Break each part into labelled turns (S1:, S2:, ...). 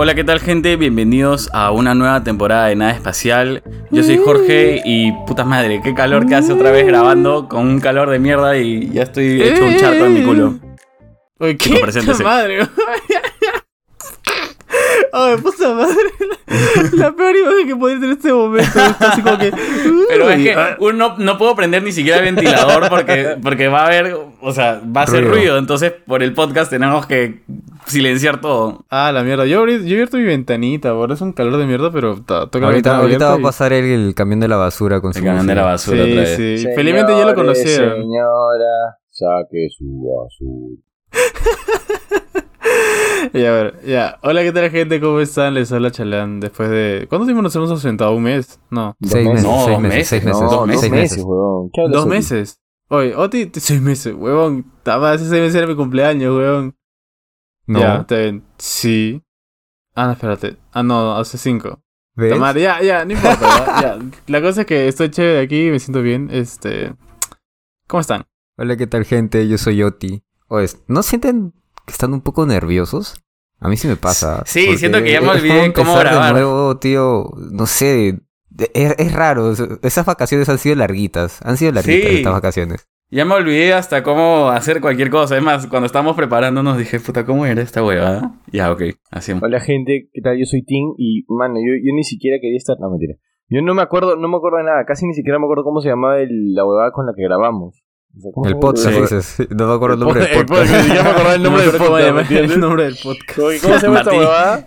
S1: Hola, ¿qué tal gente? Bienvenidos a una nueva temporada de Nada Espacial. Yo soy Jorge y puta madre, qué calor que hace otra vez grabando con un calor de mierda y ya estoy hecho un charco en mi culo.
S2: Uy, qué
S1: Chico, preséntese.
S2: puta madre. Ay, puta madre. La, la peor imagen que podía tener en este momento. Así como que.
S1: Pero es
S2: uy,
S1: que
S2: ah,
S1: uno no puedo prender ni siquiera el ventilador porque, porque va a haber, o sea, va a hacer
S3: Ruido.
S1: ruido. Entonces, por el podcast tenemos que silenciar todo.
S2: Ah, la mierda. Yo, abrí- yo he abierto mi ventanita. Ahora es un calor de mierda, pero ta- toca la
S3: Ahorita,
S2: ventana
S3: ahorita va a
S2: abierta y-
S3: pasar el, el camión de la basura con
S1: Se
S3: su
S1: ganan de la
S3: música.
S1: basura
S2: Sí,
S1: otra vez.
S2: sí. Felizmente ya lo
S4: Señores,
S2: conocieron.
S4: Señora, saque su basura.
S2: Ya, a ver, ya. Hola, ¿qué tal, gente? ¿Cómo están? Les habla Chalán. Después de. ¿cuánto tiempo nos hemos ausentado? ¿Un mes? No.
S3: Seis meses,
S1: No,
S3: seis
S1: dos
S3: meses,
S1: meses,
S3: seis
S4: No,
S3: meses,
S4: dos
S3: seis
S4: meses,
S3: meses.
S4: huevón. ¿Qué hablas
S2: ¿Dos
S4: tú?
S2: meses? Oye, Oti, te- seis meses, huevón. Tama, hace seis meses era mi cumpleaños, huevón.
S3: No,
S2: Ya, está bien. Sí. Ah, no, espérate. Ah, no, hace cinco.
S3: ¿ves?
S2: Tomar, ya, ya, no importa. ¿verdad? ya. La cosa es que estoy chévere aquí, me siento bien. Este. ¿Cómo están?
S3: Hola, ¿qué tal, gente? Yo soy Oti. Oye, ¿no sienten que están un poco nerviosos? A mí sí me pasa.
S1: Sí,
S3: porque
S1: siento que ya me
S3: es como
S1: olvidé cómo
S3: empezar de
S1: grabar.
S3: nuevo, tío, no sé. Es, es raro. es- Esas vacaciones han sido larguitas. Han sido larguitas
S1: Sí.
S3: estas vacaciones.
S1: Ya me olvidé hasta cómo hacer cualquier cosa. Es más, cuando estábamos preparándonos dije, puta, ¿cómo era esta huevada? Ya, ok, hacemos.
S4: Hola gente, ¿qué tal? Yo soy Tim y mano, yo, yo ni siquiera quería estar. No, mentira. Yo no me acuerdo, no me acuerdo de nada, casi ni siquiera me acuerdo cómo se llamaba el- la huevada con la que grabamos. O sea, ¿cómo
S3: El
S2: Oh,
S3: podcast,
S4: se- Sí.
S3: dices. No me acuerdo el nombre del
S2: Eh,
S3: podcast.
S2: pues, ya me acordé el nombre
S4: No
S2: del
S4: me
S2: podcast.
S4: acuerdo cómo se llama,
S2: el nombre del podcast.
S4: ¿Cómo se llama esta
S1: Martín.
S4: huevada?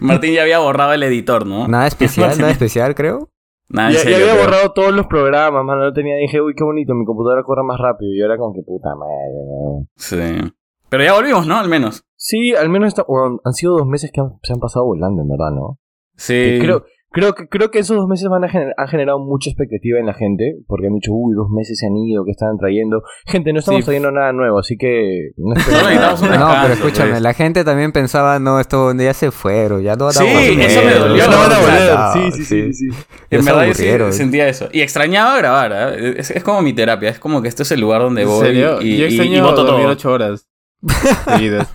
S1: Martín ya había borrado el editor, ¿no?
S3: Nada especial, nada especial, creo.
S1: Nada, Ah, en
S4: Ya, ya
S1: serio,
S4: había
S1: creo.
S4: borrado todos los programas, mano. No tenía, dije, uy, qué bonito, mi computadora corre más rápido. Y ahora con que puta madre, huevón.
S1: Sí. Pero ya volvimos, ¿no? Al menos.
S4: Sí, al menos esta- huevón, han sido dos meses que han- se han pasado volando, en verdad, ¿no?
S3: Eh,
S1: Sí.
S4: Eh, Creo, creo, que, creo que esos dos meses van a gener- han generado mucha expectativa en la gente, porque han dicho, uy, dos meses se han ido, que están trayendo. Gente, no estamos
S1: Sí.
S4: trayendo nada nuevo, así que... No esperen
S1: Solo
S4: nada.
S1: necesitamos un
S3: No,
S1: descanso,
S3: pero escúchame,
S1: pues.
S3: la gente también pensaba, no, esto ya se fueron, ya no van a
S1: Sí,
S3: volver.
S1: eso me dolió.
S3: Ya no van a
S4: Ya,
S3: volver.
S4: sí, sí, sí, sí, sí.
S3: Ya
S1: En
S3: se
S1: verdad yo sí
S3: aburrieron.
S1: sentía eso. Y extrañaba grabar, ¿eh? es, es como mi terapia. Es como que este es el lugar donde
S2: ¿En
S1: voy
S2: serio?
S1: y,
S2: Yo
S1: y- y
S2: extraño
S1: boto
S2: dormir
S1: todo.
S2: ocho horas. Seguidas.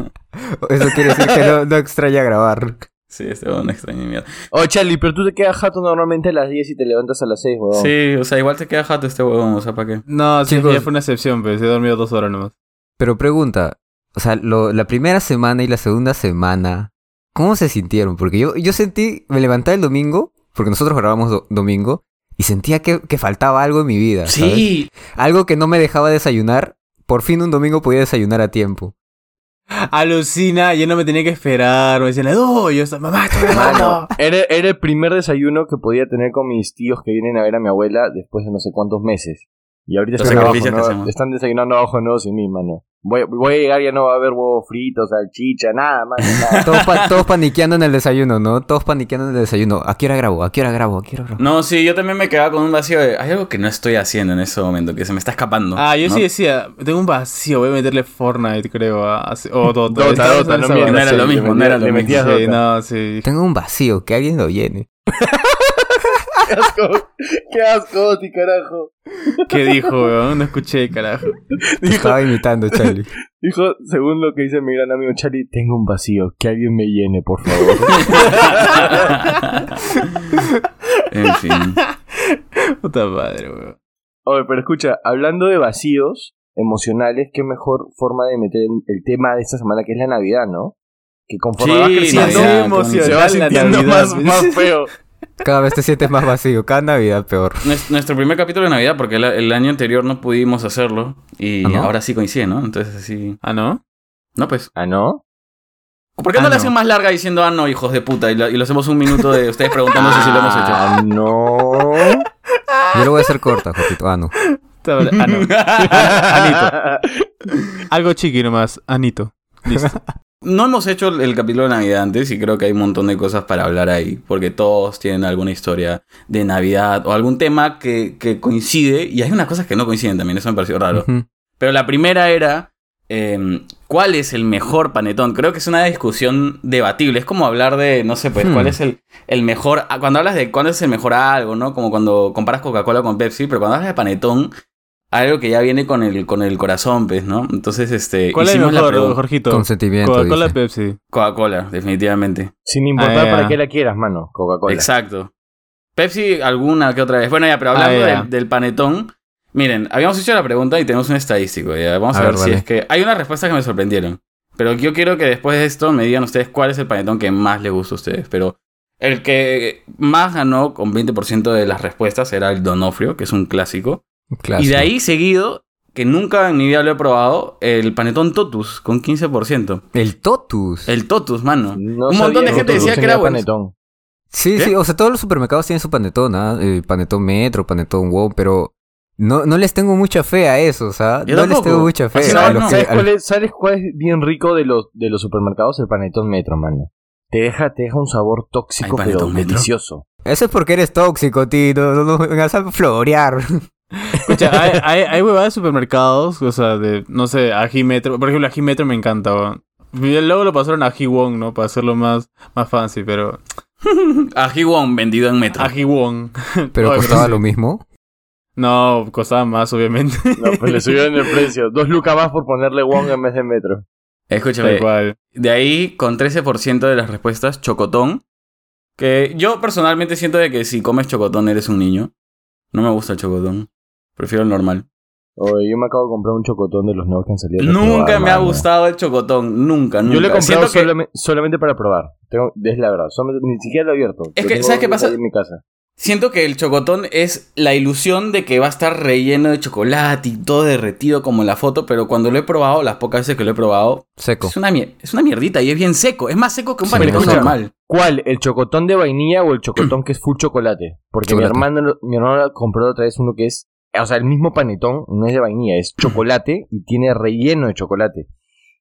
S3: Eso quiere decir que no, no extraña grabar.
S1: Sí, este es una extraña mierda.
S4: Oh, Charlie, pero tú te quedas jato normalmente a las 10 y te levantas a las 6, weón.
S1: Sí, o sea, igual te queda jato este huevón, o sea, ¿para qué?
S2: No, sí,
S3: Chicos.
S2: ya fue una excepción, pero sí he dormido dos horas nomás.
S3: Pero pregunta, o sea, lo- la primera semana y la segunda semana, ¿cómo se sintieron? Porque yo, yo sentí, me levanté el domingo, porque nosotros grabamos do- domingo, y sentía que, que faltaba algo en mi vida. ¿sabes?
S1: Sí,
S3: Algo que no me dejaba desayunar. Por fin un domingo podía desayunar a tiempo.
S2: Alucina, yo no me tenía que esperar. Me decían, no, yo estaba, mamá, estoy
S4: Mano, era, era el primer desayuno que podía tener con mis tíos que vienen a ver a mi abuela después de no sé cuántos meses. Y ahorita
S1: Los
S4: están, abajo,
S1: sacrificios que
S4: ¿no?
S1: hacemos.
S4: están desayunando abajo nuevos sin mí, mano. Voy, voy a llegar, ya no va a haber huevo frito, salchicha, nada, mano, nada.
S3: Todos, pa- todos paniqueando en el desayuno, ¿no? Todos paniqueando en el desayuno. ¿A qué hora grabo? ¿A qué hora grabo? ¿A qué hora grabo?
S1: No, sí, yo también me quedaba con un vacío de. Hay algo que no estoy haciendo en ese momento, que se me está escapando.
S2: Ah, yo
S1: ¿no?
S2: sí decía, tengo un vacío, voy a meterle Fortnite, creo. a- a- O Dota.
S4: Dota,
S2: Estaba
S4: Dota,
S2: en
S4: no
S2: esa
S4: mientas,
S1: No
S2: vaina.
S1: era lo
S4: sí, le
S1: mismo, no
S4: metía-
S1: era lo
S4: le
S1: mismo.
S4: metías
S2: Sí,
S4: Dota.
S2: no, sí.
S3: Tengo un vacío, que alguien lo llene.
S4: Qué asco, qué asco, ti carajo.
S2: ¿Qué dijo, weón? No escuché, carajo.
S3: Te estaba imitando, Charlie.
S4: Dijo, según lo que dice mi gran amigo Charlie, tengo un vacío, que alguien me llene, por favor.
S1: en fin.
S2: Puta madre, weón.
S4: Oye, pero escucha, hablando de vacíos emocionales, qué mejor forma de meter el, el tema de esta semana, que es la Navidad, ¿no? Que conforme
S1: Sí,
S4: vas
S1: Navidad,
S4: creciendo,
S1: como-
S4: se
S2: emocional
S4: va
S2: la
S4: sintiendo
S2: Navidad,
S4: más,
S2: ¿ves?
S4: más feo.
S3: Cada vez te sientes más vacío, cada Navidad peor.
S1: Nues- Nuestro primer capítulo de Navidad, porque el, el año anterior no pudimos hacerlo y
S3: ¿Ah, no?
S1: ahora sí coincide, ¿no? Entonces así.
S2: ¿Ah, no?
S1: No, pues.
S4: ¿Ah, no?
S1: ¿Por qué
S2: Ah,
S1: no la
S2: no.
S1: hacen más larga diciendo, ah, no, hijos de puta? Y lo, y lo hacemos un minuto de ustedes preguntándose si lo hemos hecho.
S4: Ah, no.
S3: Yo lo voy a hacer corta, Jorgito. Ah, no.
S2: Puta madre, Ah, no. Ah, Algo chiqui nomás, Anito. Listo.
S1: No hemos hecho el, el capítulo de Navidad antes y creo que hay un montón de cosas para hablar ahí, porque todos tienen alguna historia de Navidad o algún tema que, que coincide y hay unas cosas que no coinciden también, eso me pareció raro.
S3: Ujú.
S1: Pero la primera era, eh, ¿cuál es el mejor panetón? Creo que es una discusión debatible. Es como hablar de, no sé, pues,
S3: Hmm.
S1: ¿cuál es el, el mejor? ah, Cuando hablas de cuál es el mejor algo, ¿no? Como cuando comparas Coca-Cola con Pepsi, pero cuando hablas de panetón, algo que ya viene con el, con el corazón, pues, ¿no? Entonces,
S4: Eh,
S1: este,
S2: ¿Cuál es el
S1: hicimos la
S2: mejor,
S1: pregunta.
S2: Jorgito?
S3: Consentimiento.
S2: Coca-Cola,
S3: dice.
S2: Pepsi.
S1: Coca-Cola, definitivamente.
S4: Sin importar
S2: Ah,
S4: para
S2: ya.
S4: qué la quieras, mano. Coca-Cola.
S1: Exacto. Pepsi alguna que otra vez. Bueno, ya, pero hablando
S2: Ah, ya.
S1: del- del panetón, miren, habíamos hecho la pregunta y tenemos un estadístico. Ya. Vamos a,
S3: A
S1: ver,
S3: ver,
S1: si
S3: vale.
S1: es que... Hay unas respuestas que me sorprendieron. Pero yo quiero que después de esto me digan ustedes cuál es el panetón que más les gusta a ustedes. Pero el que más ganó con 20% de las respuestas era el Donofrio, que es un clásico.
S3: Claro.
S1: Y de ahí seguido, que nunca en mi vida lo he probado, el panetón Totus con 15%.
S3: El Totus.
S1: El Totus, mano.
S4: No
S1: Un montón
S4: sabía
S1: de gente
S4: que
S1: decía que era
S4: tenía
S1: bueno.
S4: panetón.
S3: Sí,
S1: ¿Qué?
S3: sí, o sea, todos los supermercados tienen su panetón, ¿ah? Eh, panetón Metro, panetón Wow, pero no, no les tengo mucha fe a eso, o sea,
S1: Yo
S3: no les
S1: tampoco.
S3: tengo mucha fe
S4: Eh,
S1: Así
S3: a
S1: no,
S3: los
S1: no.
S3: que-
S4: ¿Sabes
S3: a-
S4: cuál, es, sabes cuál es bien rico de los, de los supermercados? El panetón metro, mano. Te deja, te deja un sabor tóxico,
S1: ¿Hay
S4: pero
S1: Panetón Metro?
S4: delicioso.
S3: Eso es porque eres tóxico, Tito, no nos vengas a florear.
S2: Escucha, hay, hay, hay huevadas de supermercados, o sea, de, no sé, Aji Metro. Por ejemplo, Aji Metro me encanta, weón. Y Luego lo pasaron a Aji Wong, ¿no? Para hacerlo más, más fancy, pero...
S1: Ají Wong vendido en metro.
S2: Aji Wong.
S3: Pero
S2: Ay,
S3: costaba
S2: sí.
S3: lo mismo.
S2: No, costaba más, obviamente.
S4: No, pues le subieron el precio. Dos lucas más por ponerle Wong en vez de metro.
S1: Escúchame,
S2: Tal cual.
S1: De ahí, con 13% de las respuestas, chocotón. Que yo personalmente siento de que si comes chocotón eres un niño. No me gusta el chocotón. Prefiero el normal.
S4: Oye, yo me acabo de comprar un chocotón de los nuevos que han salido. para
S1: Nunca
S4: probar,
S1: me ha
S4: mano.
S1: gustado el chocotón. Nunca, nunca.
S4: Yo lo he comprado
S1: Siento que-
S4: solame- solamente para probar. Tengo, es la verdad. solamente- ni siquiera lo he abierto.
S1: Es
S4: Lo
S1: que,
S4: tengo
S1: ¿sabes qué pasa?
S4: ahí En mi casa.
S1: Siento que el chocotón es la ilusión de que va a estar relleno de chocolate y todo derretido como en la foto, pero cuando lo he probado, las pocas veces que lo he probado,
S3: Seco.
S1: es una, mier- es una mierdita y es bien seco. Es más seco que un
S3: Sí,
S1: panetón
S4: escucha.
S1: normal.
S4: ¿Cuál? ¿El chocotón de vainilla o el chocotón que es full chocolate? Porque
S3: Chocolate.
S4: mi hermano mi hermano compró otra vez uno que es, o sea, el mismo panetón, no es de vainilla, es chocolate y tiene relleno de chocolate.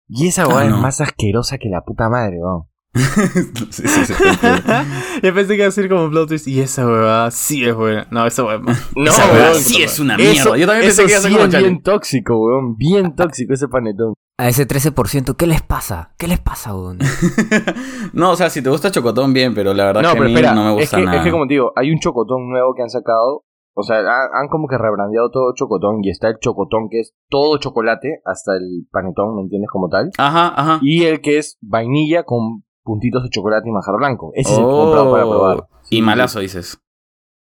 S4: Y esa hueá
S1: Ah, no.
S4: es más asquerosa que la puta madre, weón.
S1: Sí, sí, sí.
S2: Yo pensé que iba a ser como plot twist. Y esa huevada sí es buena. No, esa huevada.
S4: No,
S1: Esa weá
S2: weón,
S1: sí
S2: puta
S1: es una
S4: Eso-
S1: mierda. Yo también pensé
S4: eso
S1: que iba a Ah, ser
S4: sí
S1: como
S4: es
S1: Charlie.
S4: bien tóxico, weón. Bien tóxico ese panetón.
S3: A ese 13%, ¿qué les pasa? ¿Qué les pasa, weón?
S1: No, o sea, si te gusta Chocotón, bien, pero la verdad
S4: No,
S1: que a
S4: pero
S1: mí
S4: espera,
S1: no me
S4: es,
S1: gusta
S4: que,
S1: nada.
S4: es que como te digo, hay un chocotón nuevo que han sacado. O sea, han, han como que rebrandeado todo chocotón y está el chocotón que es todo chocolate, hasta el panetón, ¿me entiendes? Como tal.
S1: Ajá, ajá.
S4: y el que es vainilla con puntitos de chocolate y manjar blanco. Ese es el que he
S1: Oh,
S4: comprado para probar.
S1: Y malazo dices.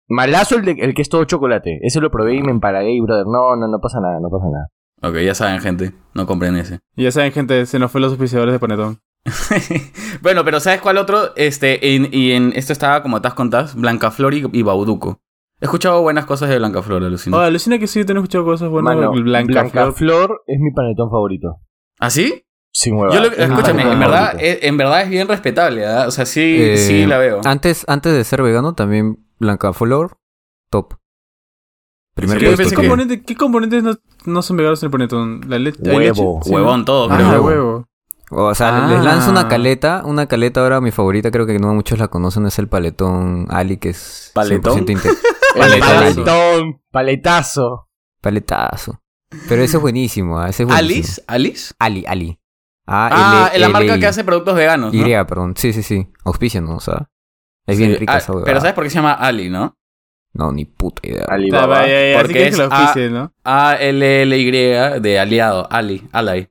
S4: Malazo el, de- el que es todo chocolate. Ese lo probé y me empalagué, brother. No, no, no pasa nada, no pasa nada.
S1: Ok, ya saben, gente. No compren ese.
S2: Ya saben, gente, se nos fue los auspiciadores de Panetón.
S1: bueno, pero ¿sabes cuál otro? Este, en- y en esto estaba como estás con tas, Blancaflor y, y Bauduco. He escuchado buenas cosas de Blancaflor, alucina.
S2: Oh, alucina que sí, yo tenía escuchado cosas buenas.
S4: Mano,
S2: el Blanca, Flor.
S4: Flor es mi panetón favorito.
S1: ¿Ah, sí?
S4: Sin hueva.
S1: Yo lo-
S4: es mi
S1: escúchame,
S4: panetón
S1: en verdad,
S4: favorito.
S1: es, en verdad es bien respetable, ¿verdad? O sea, sí,
S3: Eh,
S1: sí la veo.
S3: Antes, antes de ser vegano, también Blanca Flor, top. Primer
S1: Sí, yo
S2: ¿Qué,
S1: pensé
S2: qué
S3: puesto.
S1: que-
S3: top.
S2: componente- qué componentes no, no son veganos en el Panetón? La leche. hay
S4: Huevo.
S2: leche? Sí,
S1: Huevón todo,
S2: ¿no?
S1: creo.
S2: Ah,
S3: huevo.
S2: huevo.
S3: O sea,
S2: Ah.
S3: les lanzo una caleta, una caleta ahora mi favorita, creo que no muchos la conocen, es el paletón Ali, que es
S1: ¿Paletón?
S3: 100% inte-
S4: El
S1: Paletazo.
S4: Panetón, paletazo.
S3: paletazo. Pero ese es buenísimo, ah, ese es buenísimo.
S1: ¿Alice? ¿Alice?
S3: Ali, Ali.
S1: Ah,
S3: A
S1: la marca que hace productos veganos, ¿no?
S3: Y, perdón, sí, sí, sí, auspician, o sea, es
S1: Sí.
S3: bien rica
S1: Ah,
S3: esa huevada.
S1: Pero ¿sabes por qué se llama Ali, no?
S3: No, ni puta idea.
S4: Ali
S2: Ya,
S4: Baba.
S2: ya, ya, ya, Así
S1: Porque
S2: que es
S1: es
S2: que lo
S1: A-
S2: auspicien, ¿no?
S1: A-L-L-Y de aliado, Ali, Ally.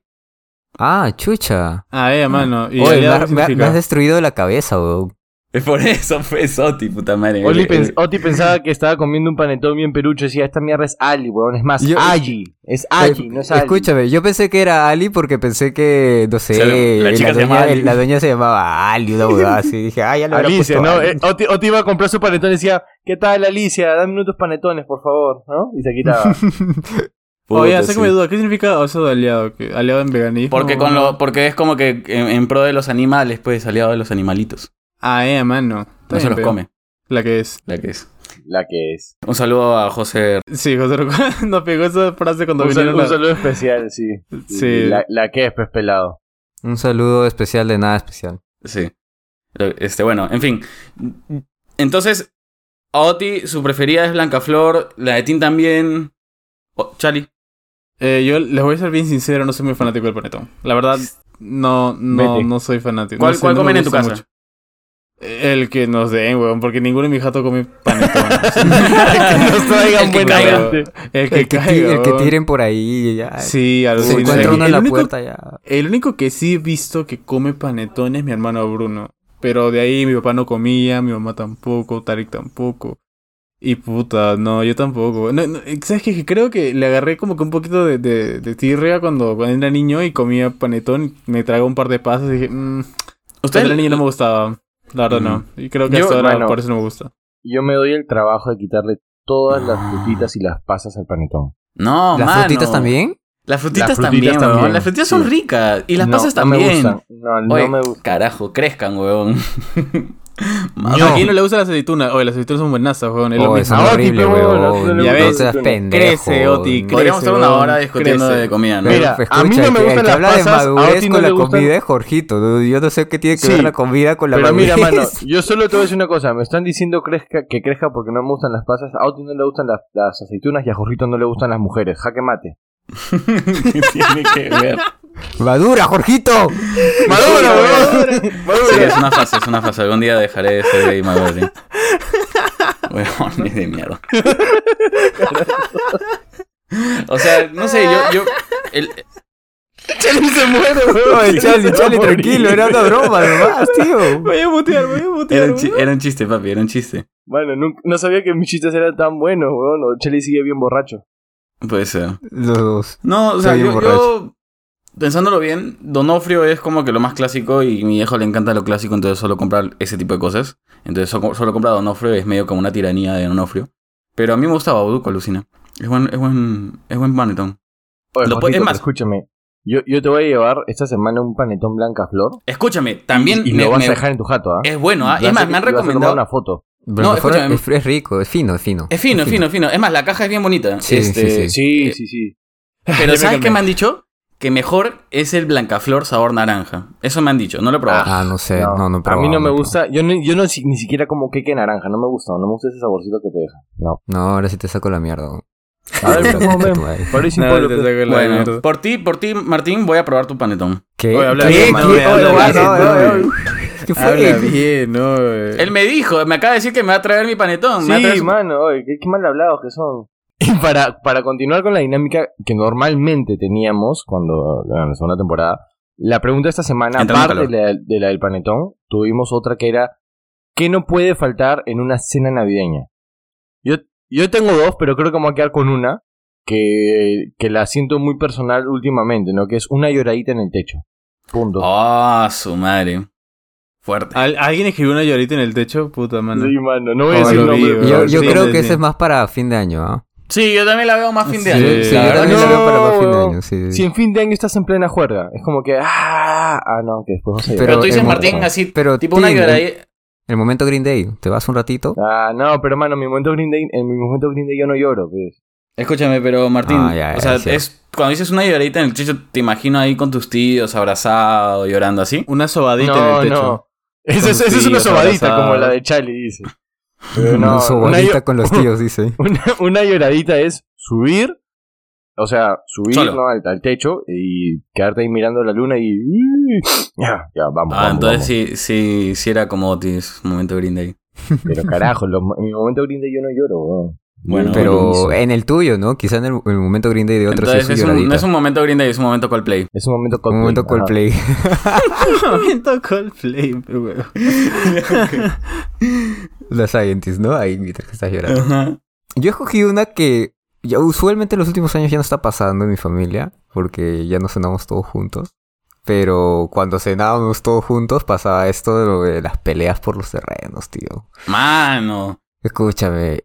S3: Ah, chucha.
S2: Ah, eh, mano. Y
S3: Oye, me,
S2: aliado,
S3: ha-
S2: ¿qué
S3: me ha- me
S2: significa?
S3: has
S1: este
S3: destruido la cabeza, weón.
S1: Es por eso, fue Soti, puta madre.
S4: Oli
S1: Eh,
S4: pens-
S1: eh,
S4: Oti pensaba que estaba comiendo un panetón bien perucho y decía, esta mierda es Ali, weón. Es más,
S3: Yo-
S4: Ali. Es Ali, no es Ali.
S3: Pues, Escúchame, yo pensé que era Ali porque pensé que, no sé,
S1: O sea, la chica se
S3: dueña,
S1: llama Ali.
S3: la dueña se llamaba Ali, una huevada así. Dije, ah, ya le habrá
S4: Alicia,
S3: puesto
S4: ¿no?
S3: Ali.
S4: Eh, Oti, Oti iba a comprar su panetón y decía, ¿qué tal Alicia? Dame unos panetones, por favor, ¿no? Y se quitaba.
S2: Oye,
S1: puta,
S2: saca
S1: sí.
S2: mi duda. ¿Qué significa oso de aliado? ¿Qué- ¿Aliado en veganismo?
S1: Porque, con lo, porque es como que en, en pro de los animales, pues, aliado de los animalitos.
S2: Ah, eh, mano. Está
S1: No se
S2: bien,
S1: los
S2: pero-
S1: come,
S2: La que es.
S1: la que es.
S4: La que es.
S1: Un saludo a José.
S2: Sí, José Roca- nos pegó esa frase cuando
S4: Un, sal-
S2: vinieron
S4: un
S2: la-
S4: saludo especial, sí.
S2: Sí.
S4: La, la que es, pues, pelado.
S3: Un saludo especial de nada especial.
S1: Sí. Este, bueno, en fin. Entonces, a Oti, su preferida es Blanca Flor, la de Tin también. Oh, Chali.
S2: Eh, yo les voy a ser bien sincero, no soy muy fanático del panetón. La verdad, no, no,
S4: Vete.
S2: no soy fanático.
S1: ¿Cuál,
S2: No sé,
S1: cuál
S2: no me
S1: comen en tu
S2: gusta
S1: casa?
S2: mucho. El que nos den, weón, porque ninguno de mis gatos come panetón.
S4: nos traigan
S1: El que
S4: buen
S1: caiga.
S4: ambiente.
S2: El que,
S3: El que,
S2: caiga,
S3: ti- el que
S2: weón.
S3: tiren por ahí, ya.
S2: Sí, algo
S3: Se
S2: así.
S3: encuentra
S2: El
S3: uno en la
S2: único-
S3: puerta, ya.
S2: El único que sí he visto que come panetón es mi hermano Bruno. Pero de ahí mi papá no comía, mi mamá tampoco, Tarek tampoco. Y puta, no, yo tampoco. No, no, ¿Sabes qué? Que Creo que le agarré como que un poquito de, de, de tirria cuando, cuando era niño y comía panetón. Me tragaba un par de pasas y dije, mmm,
S1: Ustedes-
S2: era niño no me gustaba. La verdad no. Y creo que
S4: Yo-
S2: hasta ahora
S4: bueno.
S2: por eso no me gusta.
S4: Yo me doy el trabajo de quitarle todas las frutitas y las pasas al panetón. Oh,
S1: No,
S3: ¿Las
S1: mano.
S3: frutitas también?
S1: Las frutitas,
S4: Las frutitas
S1: también,
S4: también,
S1: weón. Las frutitas son
S4: sí.
S1: ricas. Y las
S4: No,
S1: pasas
S4: No me
S1: también.
S4: gustan. No, no
S1: Oye,
S4: me gustan.
S1: carajo, crezcan, weón. Mamá,
S2: ¿A quién no le gusta las aceitunas? Oye, las aceitunas son buenazas, weón. Es lo
S3: Oh,
S2: mismo.
S3: eso es
S4: Ah, Oti,
S3: horrible,
S4: pero bueno,
S3: weón.
S4: no, no le
S3: Ya
S2: gusta.
S3: ves, seas pendejo.
S2: Crece, Oti, crece.
S1: Podríamos estar una
S2: weón,
S1: hora discutiendo
S2: crece.
S1: de comida, ¿no?
S4: Mira,
S3: Pero,
S4: a mí no
S3: escucha,
S4: me
S3: el que-
S4: gustan
S3: el que
S4: las
S3: habla de
S4: pasas, a
S3: madurez
S4: Oti no
S3: con
S4: le
S3: la
S4: gustan.
S3: comida es Jorgito. dude. Yo no sé qué tiene que
S4: Sí.
S3: ver la comida con la
S4: Pero
S3: madurez.
S4: mira, mano, yo solo te voy a decir una cosa. Me están diciendo crezca, que crezca porque no me gustan las pasas. A Oti no le gustan las, las aceitunas y a Jorgito no le gustan las mujeres. Jaque mate.
S1: ¿Qué tiene que ver?
S3: ¡Madura, Jorgito!
S4: ¡Madura, weón!
S1: Sí, es una fase, es una fase. Algún día dejaré de ser gay, Magdalena. Weón, es de mierda. O sea, no sé, yo... yo el,
S4: se muere,
S3: Oye, Charlie, Charlie, tranquilo, era una broma nomás, tío.
S2: Voy a mutear, voy a mutear.
S1: era, un
S2: weón.
S1: chi- era un chiste, papi, era un chiste.
S4: Bueno, nunca- no sabía que mis chistes eran tan buenos, weón. O Charlie sigue bien borracho.
S1: Puede ser.
S3: Los dos.
S1: No, o sea,
S3: Soy un
S1: yo, yo, pensándolo bien, Donofrio es como que lo más clásico y mi viejo le encanta lo clásico, entonces solo compra ese tipo de cosas. Entonces so- solo compra Donofrio y es medio como una tiranía de Donofrio. Pero a mí me gusta Bauduco, alucina. Es buen, es buen, es buen panetón.
S4: Oye,
S1: Lo puede- es
S4: Jorgito,
S1: más-
S4: pero escúchame. Yo, yo te voy a llevar esta semana un panetón blanca flor.
S1: Escúchame, también
S4: Y
S1: me-
S4: lo vas
S1: me-
S4: a dejar en tu jato, ¿ah?
S1: es bueno, ¿ah?
S4: Y vas
S1: es
S4: a-
S1: más, me han
S4: y vas a tomar
S1: recomendado.
S4: una foto.
S3: Pero
S1: No,
S3: lo mejor
S1: escúchame.
S3: es, es rico, es fino, es fino.
S1: Es fino, es fino, es fino. Es más, la caja es bien bonita.
S3: Sí,
S1: Este,
S3: sí, sí.
S4: Sí,
S1: Eh,
S4: sí, sí.
S1: Pero
S2: me
S1: ¿sabes qué
S2: calmé.
S1: me han dicho? Que mejor es el blancaflor sabor naranja. Eso me han dicho, no lo he probado.
S3: Ah, no sé, no, no, he
S4: A
S3: probado,
S4: mí no me
S3: he
S4: gusta. Yo, no, yo no si- ni siquiera como queque naranja. No me gusta. No me gusta ese saborcito que te deja. No.
S3: probado. No, ahora sí te saco la mierda. weón.
S4: A ver,
S3: Puta
S4: ¿cómo me-
S3: tu madre.
S4: Parece un
S2: No,
S4: pueblo
S2: te
S4: que-
S2: saco la
S1: bueno,
S2: mierda.
S1: por ti, por ti, Martín, voy a probar tu panetón.
S3: ¿Qué?
S2: Oye, habla
S3: ¿Qué?
S2: bien,
S3: ¿Qué?
S2: no,
S3: Oye,
S2: habla
S3: oye,
S2: bien,
S3: oye,
S2: no,
S3: oye,
S2: no.
S3: ¿Qué fue?
S2: Habla bien, ¿no? eh.
S1: Él me dijo, me acaba de decir que me va a traer mi panetón. me va a traer
S4: Sí,
S1: su-
S4: mano, oye, qué, qué mal hablados que son. Y para, para continuar con la dinámica que normalmente teníamos cuando en la segunda temporada, la pregunta esta semana,
S1: Entrando en
S4: aparte de la, de la del panetón, tuvimos otra que era ¿qué no puede faltar en una cena navideña? Yo, yo tengo dos, pero creo que me voy a quedar con una que, que la siento muy personal últimamente, ¿no? Que es una lloradita en el techo. Punto.
S1: Ah, su madre. Fuerte.
S4: Ah.
S2: ¿Al- ¿Alguien escribió una llorita en el techo? Puta mano.
S4: Sí, mano, no voy a
S2: Oh,
S4: decir
S2: lo vi,
S4: nombre, pero-
S3: Yo, yo
S2: Sí,
S3: creo
S2: sí,
S3: que
S2: sí.
S3: ese es más para fin de año, ¿ah?
S1: Sí, yo también la veo más fin de año.
S3: Sí,
S2: Sí,
S3: yo
S2: la
S3: también
S4: verdad
S3: lo veo
S4: no,
S3: para más fin de
S4: weón.
S3: año, sí.
S4: Si en fin de año estás en plena juerga, es como que. Ah, ah no, que después vas a
S1: Pero,
S3: Pero
S1: tú dices,
S3: hemos-
S1: Martín, así,
S3: pero
S1: tipo una
S3: Tim,
S1: lloradita.
S3: El momento Green Day, te vas un ratito.
S4: Ah, no, pero mano, en mi momento Green Day, en mi momento Green Day yo no lloro. Pues.
S1: Escúchame, pero Martín,
S3: Ah, ya, ya,
S1: o sea,
S3: sí.
S1: es, cuando dices una lloradita en el techo, te imagino ahí con tus tíos, abrazado, llorando así.
S2: Una sobadita en
S4: No,
S2: el techo.
S4: no. Esa es,
S2: Con
S4: esa es una
S2: tíos
S4: sobadita
S2: abrazados.
S4: como la de Charlie, dice. Pero
S3: No,
S4: Eh, no, una,
S3: sobanita con los tíos, dice.
S4: una, una lloradita es subir, o sea, subir
S1: Solo.
S4: ¿no? al, al techo y quedarte ahí mirando la luna y. Ya, ya, vamos.
S1: Ah,
S4: vamos,
S1: entonces sí, sí, sí era como Otis, momento Green Day.
S4: vamos. Pero carajo, los mo- en mi momento Green Day yo no lloro. weón.
S1: Bueno,
S4: Yo
S3: Pero
S4: llorizo.
S3: en el tuyo, ¿no? Quizá en el, el momento Green Day de otros
S1: Entonces
S3: es
S1: es
S3: su
S1: un- no
S3: lloradita.
S1: es un momento Green Day, es un momento Coldplay.
S4: Es un momento
S3: Un momento
S4: Coldplay, ajá.
S3: Coldplay.
S2: Momento Coldplay, weón.
S3: La Scientist, ¿no? Ahí mientras que estás llorando.
S1: Ajá.
S3: Yo escogí una que ya usualmente en los últimos años ya no está pasando en mi familia, porque ya no cenamos todos juntos. Pero cuando cenábamos todos juntos pasaba esto de, lo de las peleas por los terrenos, tío.
S1: Mano.
S3: Escúchame.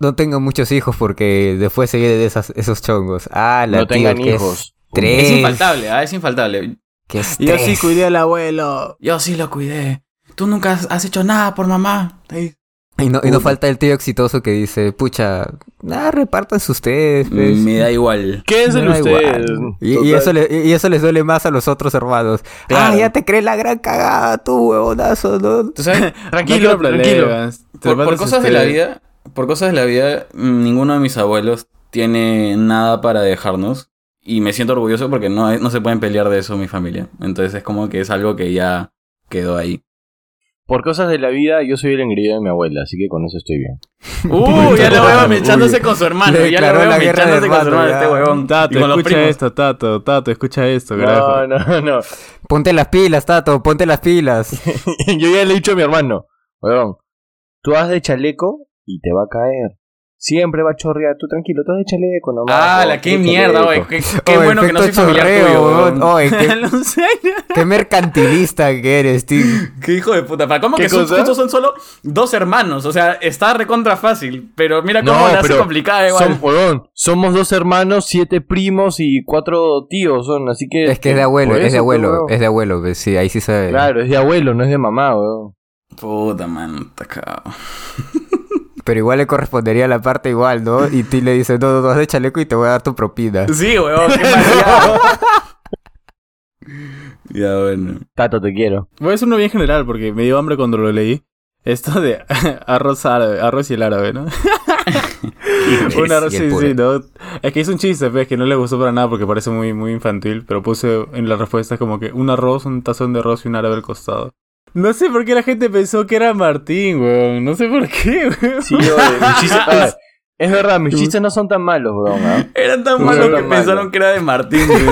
S3: No tengo muchos hijos porque después se vienen esas, esos chongos. Ah, la
S4: no
S3: tía
S4: tengan
S3: que es
S4: hijos.
S3: tres.
S1: Es infaltable, ah, es infaltable.
S3: que es
S2: Yo sí
S3: tres.
S2: cuidé al abuelo.
S1: Yo sí lo cuidé. Tú nunca has- has hecho nada por mamá. Ahí.
S3: Y no, y no falta el tío exitoso que dice, pucha, ah, repártanse ustedes. pues".
S1: Mm, Me da igual.
S4: Quédense
S3: Me da
S4: ustedes.
S3: igual. Y, y eso le- y eso les duele más a los otros hermanos.
S1: Claro.
S3: Ah, ya te crees la gran cagada, tú, huevonazo, ¿no?
S1: ¿Tú sabes?
S4: Tranquilo, tranquilo.
S1: Por, por cosas de
S3: este
S1: la vida, por cosas de la vida, mm, ninguno de mis abuelos tiene nada para dejarnos. Y me siento orgulloso porque no, hay- no se pueden pelear de eso mi familia. Entonces es como que es algo que ya quedó ahí.
S4: Por cosas de la vida, yo soy el engreído de mi abuela, así que con eso estoy bien.
S1: Uh, ya la huevón mechándose
S3: Uy.
S1: con su hermano.
S3: Le
S1: Ya la
S3: declaró
S1: huevón
S3: la guerra de
S1: mechándose con su hermano,
S3: hermano,
S1: este
S3: ya.
S1: huevón. Y
S2: Tato,
S1: con los
S2: escucha
S1: primos.
S2: esto, Tato, Tato, escucha esto, carajo.
S4: No, no, no.
S3: Ponte las pilas, Tato, ponte las pilas.
S4: yo ya le he dicho a mi hermano, weón, tú vas de chaleco y te va a caer. Siempre va a chorrear, tú tranquilo, tú vas de chaleco nomás.
S1: Ah,
S4: weón,
S1: la
S4: de
S1: qué mierda,
S4: chaleco.
S1: güey. Qué, qué
S3: Oh,
S1: bueno que no soy
S3: efecto
S1: familiar
S3: chorreo,
S1: tuyo,
S3: huevón.
S1: huevón.
S3: Oh, qué,
S2: No sé, ya.
S3: qué mercantilista que eres, tío.
S1: Qué hijo de puta. ¿Para cómo
S4: ¿Qué
S1: que son,
S4: cosa?
S1: justo son solo dos hermanos? O sea, está recontra fácil. Pero mira cómo
S4: No,
S1: la hace
S4: pero
S1: complicada
S4: Som-
S1: igual.
S4: weón, somos dos hermanos, siete primos y cuatro tíos son, así que...
S3: Es que es de abuelo,
S4: por
S3: es
S4: eso,
S3: de abuelo,
S4: weón.
S3: es de abuelo, pues, sí, ahí sí sabe.
S4: Claro, es de abuelo, no es de mamá, weón.
S1: Puta, man. Está cagado.
S3: Pero igual le correspondería la parte igual, ¿no? Y ti le dice, no, no, no, haz de chaleco y te voy a dar tu propina.
S1: Sí, huevón. Qué maldad. ya, bueno.
S4: Tato, te quiero.
S2: Voy a hacer uno bien general porque me dio hambre cuando lo leí. Esto de arroz árabe, arroz y el árabe, ¿no? Un arroz,
S3: y el
S2: sí,
S3: puré.
S2: sí, ¿no? Es que hice un chiste, pues, que no le gustó para nada porque parece muy, muy infantil, pero puse en la respuesta como que un arroz, un tazón de arroz y un árabe al costado. No sé por qué la gente pensó que era Martín, weón. No sé por qué, weón.
S4: Sí, oye, mis chistes- a ver, es verdad, mis chistes no son tan malos, weón. ¿ah?
S1: Era tan
S4: Uy,
S1: malo
S4: era
S1: que
S4: malo.
S1: pensaron que era de Martín. güey.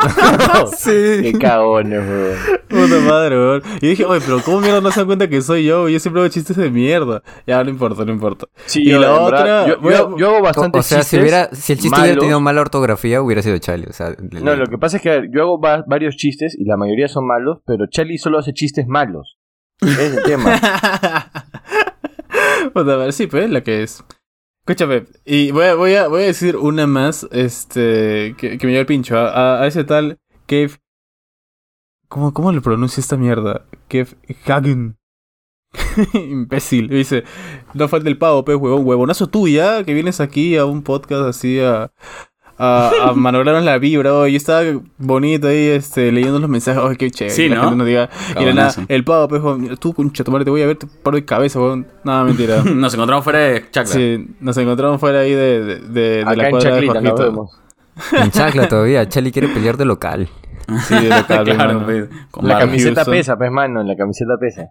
S4: ¿ah? Qué cagones, weón.
S2: Puta madre, weón. Y dije, oye, pero ¿cómo mierda no se dan cuenta que soy yo? Yo siempre hago chistes de mierda. Ya, no importa, no importa.
S4: Sí,
S2: Y
S4: yo,
S2: la
S4: en
S2: otra,
S4: verdad, yo,
S2: voy a-
S4: yo- yo hago
S3: O,
S4: bastante
S3: o sea, si,
S4: chistes
S3: hubiera, si el chiste hubiera
S4: malos.
S3: tenido mala ortografía, hubiera sido Chale. O sea, le-
S4: No, lo que pasa es que a ver, yo hago va- varios chistes y la mayoría son malos, pero Charlie solo hace chistes malos. Ese Es el tema.
S2: Puta madre, sí, pues, la que es. Escúchame, y voy a, voy a, voy a decir una más, este, que, que me lleva el pincho. A, a- a ese tal Kev... ¿Cómo, ¿Cómo le pronuncia esta mierda? Kev Hagen. Imbécil. Dice, no falta el pavo, pues, huevón, huevonazo tuya, que vienes aquí a un podcast así a... A, a manobrar la vibra, oh, yo estaba bonito ahí, este, leyendo los mensajes, oh, qué chévere,
S1: Sí,
S2: que la
S1: ¿no?
S2: gente nos diga, y de la nada,
S1: Cagonazo.
S2: el pavo, pues, huevón, tú, concha, tu madre, te voy a ver, te paro de cabeza, weón. Nada, mentira.
S1: Nos encontramos fuera de Chacla.
S2: sí, nos encontramos fuera ahí de, de, de- de
S4: Acá
S2: la
S4: en
S2: cuadra de
S4: Chaclita nos
S2: Jorgito.
S4: vemos.
S3: En chacla todavía. Chali quiere pelear de local.
S2: Sí, de local,
S1: claro,
S2: hermano.
S1: pues, con
S4: La
S1: barba.
S4: camiseta
S2: Houston.
S4: pesa, pues, mano, la camiseta pesa.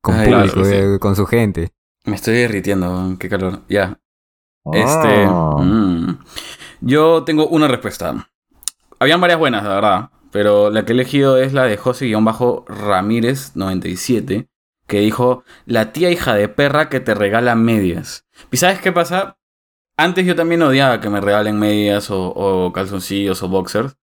S3: Con
S1: Ay,
S3: público,
S1: claro, sí.
S3: eh, con su gente.
S1: Me estoy derritiendo, weón, qué calor. Ya. Este.
S4: Ah.
S1: mm. Yo tengo una respuesta. Habían varias buenas, la verdad. Pero la que he elegido es la de José-Ramírez97, que dijo: La tía hija de perra que te regala medias. ¿Y sabes qué pasa? Antes yo también odiaba que me regalen medias o, o calzoncillos o boxers.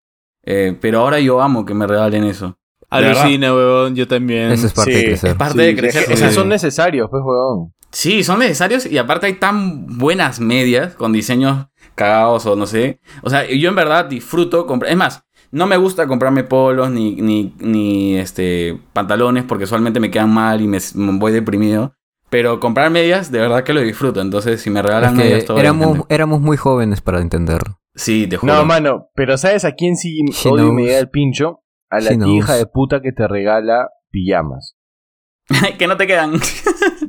S1: eh, pero ahora yo amo que me regalen eso.
S2: Alucina, huevón, yo también.
S3: Eso es parte
S4: sí,
S3: de
S1: Es
S3: crecer.
S1: parte de crecer.
S4: Sí.
S1: O sea,
S4: son necesarios, pues, weón.
S1: Sí, son necesarios y aparte hay tan buenas medias con diseños cagados o no sé. O sea, yo en verdad disfruto comprar. Es más, no me gusta comprarme polos ni, ni, ni este, pantalones porque usualmente me quedan mal y me, s- me voy deprimido. Pero comprar medias, de verdad que lo disfruto. Entonces, si me regalan
S3: Es que
S1: medias, todo bien,
S3: éramos,
S1: gente.
S3: éramos muy jóvenes para entenderlo.
S1: Sí, te juro.
S4: No, mano, pero ¿sabes a quién sí
S3: She
S4: odio y me
S3: knows.
S4: da el pincho? A la
S3: She
S4: tía
S3: knows.
S4: hija de puta que te regala pijamas.
S1: que no te quedan.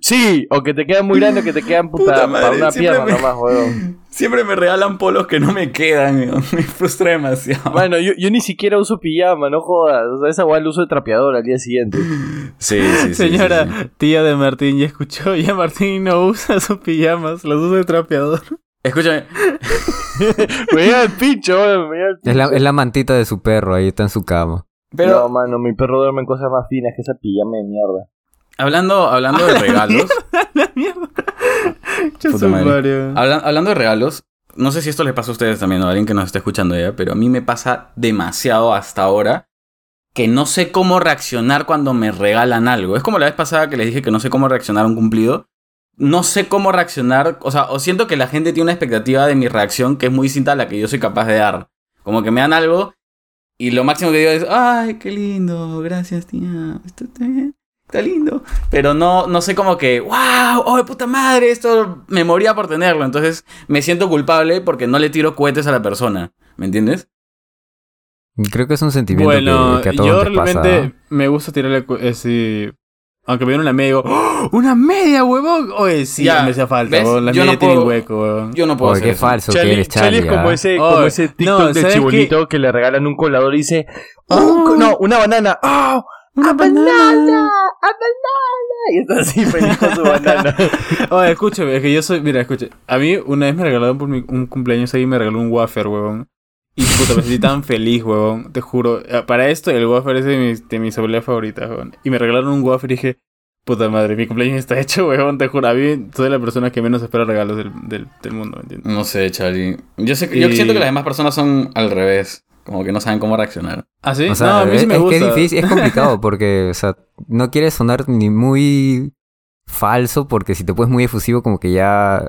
S4: Sí, o que te quedan muy grandes, que te quedan puta,
S1: Puta
S4: para
S1: madre,
S4: una
S1: siempre
S4: pierna
S1: me-
S4: nomás, weón.
S1: Siempre me regalan polos que no me quedan. weón. Me frustra demasiado.
S4: Bueno, yo, yo ni siquiera uso pijama, no jodas. O sea, esa weá la uso de trapeador al día siguiente.
S1: sí, sí, sí, sí,
S2: Señora,
S1: sí.
S2: tía de Martín, ya escuchó, ya Martín no usa sus pijamas, los usa de trapeador.
S1: Escúchame,
S4: me llega el pincho, weón, me llega el
S3: Es la, es la mantita de su perro, ahí está en su cama.
S1: pero
S4: No, mano, mi perro duerme en cosas más finas que esa pijama de mierda.
S1: hablando, hablando de regalos.
S2: La mierda. Yo
S1: Puta
S2: soy
S1: madre. Ah,
S2: Mario.
S1: Hablan- hablando de regalos, no sé si esto les pasa a ustedes también o a alguien que nos está escuchando ya, pero a mí me pasa demasiado hasta ahora que no sé cómo reaccionar cuando me regalan algo. Es como la vez pasada que les dije que no sé cómo reaccionar a un cumplido. No sé cómo reaccionar, o sea, o siento que la gente tiene una expectativa de mi reacción que es muy distinta a la que yo soy capaz de dar. Como que me dan algo y lo máximo que digo es, ay, qué lindo, gracias tía, está bien, está lindo. Pero no, no sé como que, wow, oh, de puta madre, esto me moría por tenerlo. Entonces me siento culpable porque no le tiro cohetes a la persona. ¿Me entiendes?
S3: Creo que es un sentimiento
S2: Bueno,
S3: que, que a todos
S2: yo
S3: nos pasa.
S2: realmente me gusta tirarle cu- eh, sí. Aunque me dieron una media, digo, ¡Oh! ¡una media, huevón! Oye, sí,
S1: Ya,
S2: me hacía falta,
S1: ¿ves?
S2: huevón. La
S1: Yo no
S2: media tiene
S1: puedo-
S2: hueco, huevón.
S1: Yo no puedo
S3: Oye,
S1: hacer
S3: qué
S1: eso.
S3: falso que eres, Chali.
S4: es como
S3: ah.
S4: ese,
S2: Oh,
S4: como ese TikTok
S2: no,
S4: de
S2: ¿sabes
S4: chibolito que le regalan un colador y dice, "Oh, no, una banana, ah,
S2: ¡Una banana!
S4: ¡A banana! Y está así feliz con su banana.
S2: Oye, escúchame, es que yo soy. Mira, escucha. A mí una vez me regalaron por mi, un cumpleaños ahí, me regaló un wafer, huevón. Y puta, me sentí tan feliz, huevón. Te juro. Eh, Para esto, el wafer es de mis, de mis obleas favoritas, huevón. Y me regalaron un wafer y dije, puta madre, mi cumpleaños está hecho, huevón. Te juro. A mí soy la persona que menos espera regalos del, del, del mundo, ¿me entiendes?
S1: No sé, Charlie. Yo, sé, que- yo
S2: Y-
S1: siento que las demás personas son al revés. Como que no saben cómo reaccionar.
S2: ¿Ah, sí?
S3: O sea,
S2: no, a mí
S3: es,
S2: sí me
S3: es
S2: gusta.
S3: que es difícil, es complicado porque, o sea, no quieres sonar ni muy falso porque si te pones muy efusivo como que ya...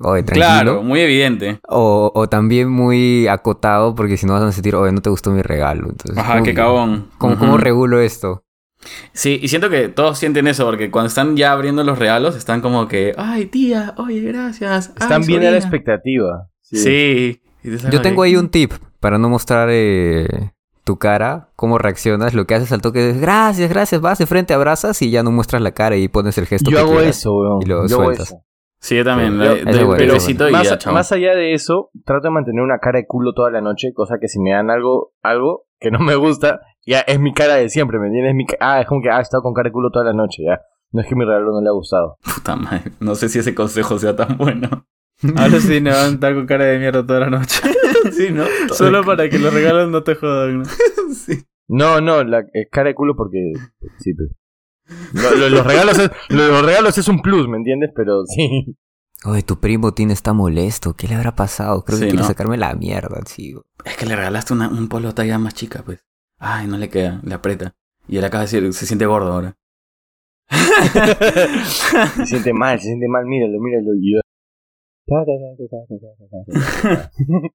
S3: Oye, tranquilo.
S1: Claro, muy evidente.
S3: O, o también muy acotado porque si no vas a sentir, oye, no te gustó mi regalo. Entonces,
S1: Ajá,
S3: uy,
S1: qué cagón.
S3: ¿Cómo,
S1: Ujú.
S3: cómo regulo esto?
S1: Sí, y siento que todos sienten eso, porque cuando están ya abriendo los regalos, están como que, ay, tía, oye, gracias. ay,
S4: Están bien a la
S1: sobrina".
S4: expectativa.
S1: Sí. Y te salen
S3: Yo tengo
S1: ahí.
S3: ahí un tip para no mostrar eh, tu cara, cómo reaccionas. Lo que haces al toque es, gracias, gracias, vas de frente, abrazas y ya no muestras la cara y pones el gesto.
S4: Yo
S3: que
S4: hago
S3: quieras.
S4: eso, weón.
S3: Y lo
S4: Yo hago
S3: sueltas.
S4: eso.
S1: Sí, yo también.
S4: Sí,
S1: le-
S4: yo-
S1: doy
S3: ese
S1: un
S3: bueno, ese
S1: besito y ya,
S4: Más,
S1: chao.
S4: más allá de eso, trato de mantener una cara de culo toda la noche, cosa que si me dan algo, algo que no me gusta, ya es mi cara de siempre, ¿me entiendes? Es mi ca- ah, es como que ah, he estado con cara de culo toda la noche, ya. No es que mi regalo no le ha gustado.
S1: Puta madre. No sé si ese consejo sea tan bueno.
S2: Ahora sí me van a estar con cara de mierda toda la noche.
S1: sí, ¿no?
S2: Solo para que los regalos no te jodan, ¿no?
S1: Sí.
S4: No, no, la eh, cara de culo porque sí, pues. Lo- lo- los regalos es, lo- los regalos es un plus, ¿me entiendes? Pero sí.
S3: Oye, tu primo tiene está molesto. ¿Qué le habrá pasado? Creo
S1: Sí,
S3: que quiere
S1: ¿no?
S3: sacarme la mierda, tío.
S1: Es que le regalaste una- un polo talla más chica, pues. Ay, no le queda, le aprieta. Y él acaba de decir, se siente gordo ahora.
S4: Se siente mal, se siente mal, míralo, míralo. Y yo- Ta, ta, ta, ta, ta, ta, ta, ta.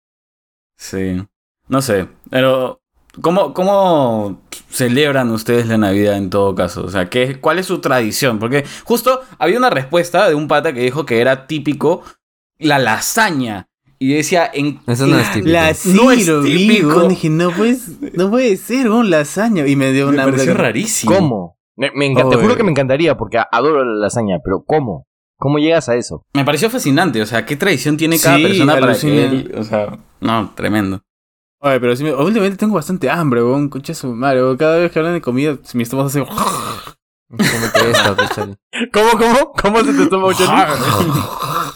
S1: Sí. No sé, pero ¿cómo, cómo celebran ustedes la Navidad en todo caso? O sea, ¿qué, ¿cuál es su tradición? Porque justo había una respuesta de un pata que dijo que era típico la lasaña. Y decía, en...
S3: Eso no es típico.
S2: La sí,
S1: No es
S2: lo vi,
S1: típico.
S2: weón. Dije, no, pues, no puede ser, un lasaña. Y me dio
S1: Me
S2: una hambre.
S1: pareció
S2: que-
S1: rarísimo.
S4: ¿Cómo? Me, me encanta, te
S2: Oy.
S4: juro que me encantaría porque a- adoro la lasaña, pero ¿cómo? ¿Cómo llegas a eso?
S1: Me pareció fascinante. O sea, ¿qué tradición tiene cada
S2: Sí,
S1: persona para que
S2: alucina.
S1: él- O sea, no, tremendo.
S2: Oye, pero sí me- últimamente tengo bastante hambre, weón. Concha su madre, weón. Cada vez que hablan de comida, mi estómago hace.
S3: Cómete esto, pues, chale.
S4: ¿Cómo, cómo? ¿Cómo se te toma Ah.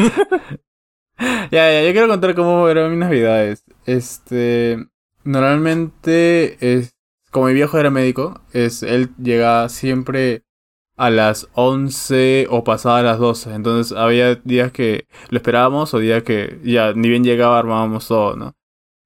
S2: Ya, ya, yo quiero contar cómo eran mis navidades. Este. Normalmente, es, como mi viejo era médico, es, él llegaba siempre a las 11 o pasaba a las 12. Entonces, había días que lo esperábamos o días que ya ni bien llegaba armábamos todo, ¿no?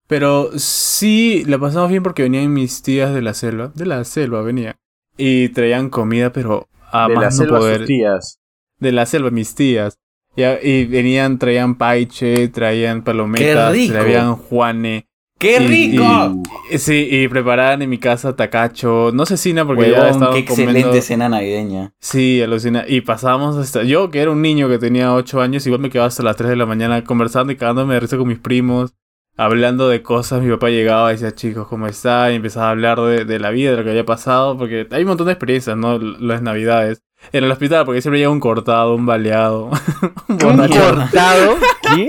S2: Pero sí, la pasamos bien porque venían mis tías de la selva. De la selva venía. Y traían comida, pero a
S4: de la
S2: más no
S4: selva a
S2: poder
S4: sus tías.
S2: de la selva, mis tías. Ya, y venían, traían paiche, traían palomitas,
S1: ¡Qué rico!
S2: traían juane.
S1: ¡Qué
S2: Y-
S1: rico!
S2: y- sí, y preparaban en mi casa tacacho, no cecina porque ya
S1: Huevón,
S2: estaban
S1: qué excelente
S2: comiendo.
S1: cena navideña.
S2: Sí, alucina. Y pasábamos hasta... Yo, que era un niño que tenía 8 años, igual me quedaba hasta las 3 de la mañana conversando y cagándome de risa con mis primos, hablando de cosas. Mi papá llegaba y decía, chicos, ¿cómo está? Y empezaba a hablar de, de la vida, de lo que había pasado, porque hay un montón de experiencias, ¿no? L- Las navidades. En el hospital, porque siempre llega un cortado, un baleado. un
S1: Un
S2: borracho.
S1: corta-
S4: ¿Cortado? ¿Qué?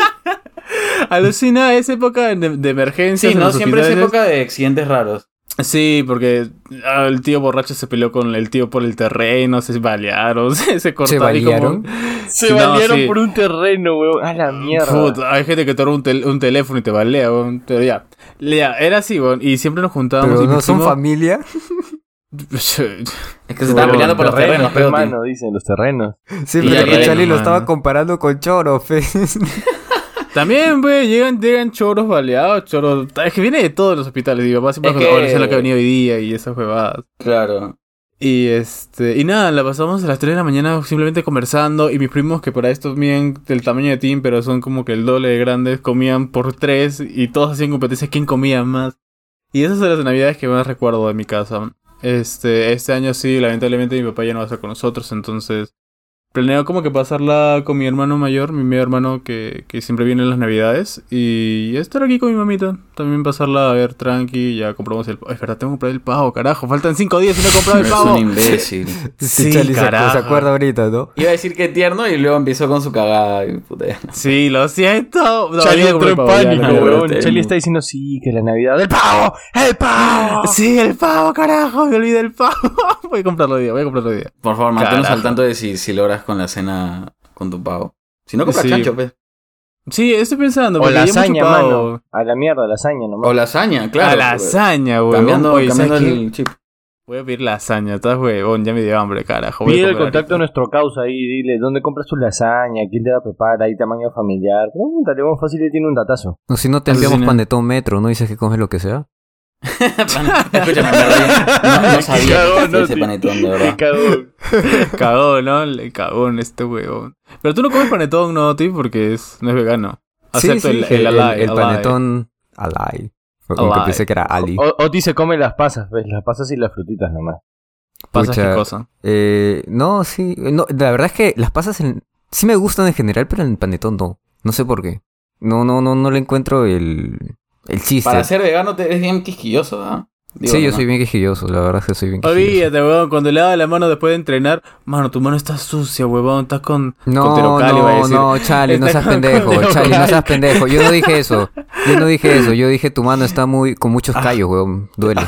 S2: Alucina, es época de, de emergencias.
S1: Sí,
S2: en
S1: ¿no?
S2: los
S1: Siempre es
S2: hospitales.
S1: época de accidentes raros.
S2: Sí, porque ah, el tío borracho se peleó con el tío por el terreno, se balearon, se, se
S3: ¿Se
S2: cortaron. y como-
S3: balearon?
S4: Se
S2: No,
S4: valieron
S2: sí.
S4: por un terreno, weón. A la mierda.
S2: Puta, hay gente que te roba un, tel- un teléfono y te balea, weón. Pero ya. Ya, era así, weón. Y siempre nos juntábamos.
S3: Pero
S2: y
S3: no
S2: nos
S3: son
S2: fuimos-
S3: familia.
S1: Es que se estaban
S4: Huevón,
S1: peleando por los terrenos, pero
S4: hermano, dicen los terrenos.
S3: Sí,
S1: Y
S3: pero
S1: ya
S3: que
S1: ven,
S3: Charlie lo
S1: mano.
S3: estaba comparando con Choro, fe.
S2: También, güey, llegan, llegan choros baleados, choros. Es que viene de todos los hospitales. Y mi papá siempre
S1: Es
S2: nos contaba, "Bueno, esa es la que
S1: que-
S2: ha venido hoy día y esas huevadas.
S1: Claro.
S2: Y este. Y nada, la pasamos a las 3 de la mañana simplemente conversando. Y mis primos, que para esto miden del tamaño de Tim, pero son como que el doble de grandes, comían por 3 y todos hacían competencias quién comía más. Y esas son las navidades que más recuerdo de mi casa. Este, este año sí, lamentablemente mi papá ya no va a estar con nosotros, entonces planeo como que pasarla con mi hermano mayor, mi medio hermano que, que siempre viene en las navidades. Y estar aquí con mi mamita. También pasarla a ver tranqui. Ya compramos el pavo. Es verdad, tengo que comprar el pavo, carajo. Faltan cinco días y no he comprado el
S1: Es un
S2: pavo.
S1: imbécil.
S2: Sí,
S3: Charlie se-
S2: carajo.
S3: se acuerda ahorita, ¿no?
S1: Iba a decir que tierno y luego empezó con su cagada. y puta, ya.
S2: Sí, lo siento. No,
S4: Charlie
S2: ya compré
S4: entró
S2: el
S4: en
S2: pavo, ya,
S4: pánico,
S2: la verdad.
S1: weón.
S4: weón.
S1: te-
S4: Charlie está diciendo, sí, que la Navidad... ¡El pavo! ¡El pavo!
S2: Sí, el pavo, carajo. Me olvidé el pavo. voy a comprarlo hoy día, voy a comprarlo hoy día.
S1: Por favor, manténnos
S2: Carajo.
S1: al tanto de si, si logras con la cena con tu pavo. Si no, compras
S2: Sí.
S1: chancho, pues.
S2: Sí, estoy pensando.
S4: O
S2: porque ya hemos
S4: lasaña,
S2: chupado-
S4: mano. A la mierda, lasaña nomás.
S1: O lasaña, pues, claro.
S2: a lasaña, weón.
S1: Cambiando,
S2: Oye, ¿sabes
S1: cambiando
S2: qué?
S1: el chip.
S2: Voy a pedir lasaña, estás huevón, ya me dio hambre, carajo. voy a
S4: Pide el
S2: comer
S4: contacto de
S2: ahorita.
S4: nuestro causa ahí, dile dónde compras tu lasaña, quién te la prepara, ahí tamaño familiar. Pregúntale, vamos fácil, él tiene un datazo.
S3: No, si no te
S2: Alucina.
S3: enviamos panetón metro, ¿no? Dices que comes lo que sea.
S1: Escúchame, en verdad, no, no sabía que existía ese panetón, de verdad.
S2: Cagón, ¿no? Le cagón este huevón. Pero tú no comes panetón, ¿no, Ti? Porque es, no es vegano. Acepto el, el, alive,
S3: el
S2: alive.
S3: panetón alay. Fue como
S2: Alive.
S3: que pensé que era Ali.
S4: O- Oti se come las pasas, ¿ves? Las pasas y las frutitas nomás.
S2: Pasas
S3: Pucha.
S2: qué cosa.
S3: Eh, no, sí. No, la verdad es que las pasas en- sí me gustan en general, pero en el panetón no. No sé por qué. No, no, no, no le encuentro el, el chiste.
S1: Para ser vegano te, es bien quisquilloso, ¿ah? Digo,
S3: sí, yo
S1: ¿no?
S3: soy bien quejilloso. La verdad es que soy bien quejilloso.
S2: Olvídate, huevón, cuando le daba la mano después de entrenar, mano, tu mano está sucia, huevón, estás con, con
S3: No,
S2: terocal, iba a
S3: no,
S2: decir.
S3: no, Charlie, no
S2: Está
S3: seas
S2: con- con
S3: pendejo,
S2: terocal.
S3: Charlie, no seas pendejo. Yo no dije eso, yo no dije eso, yo dije tu mano está muy con
S2: Ah.
S3: muchos callos, weón, duele.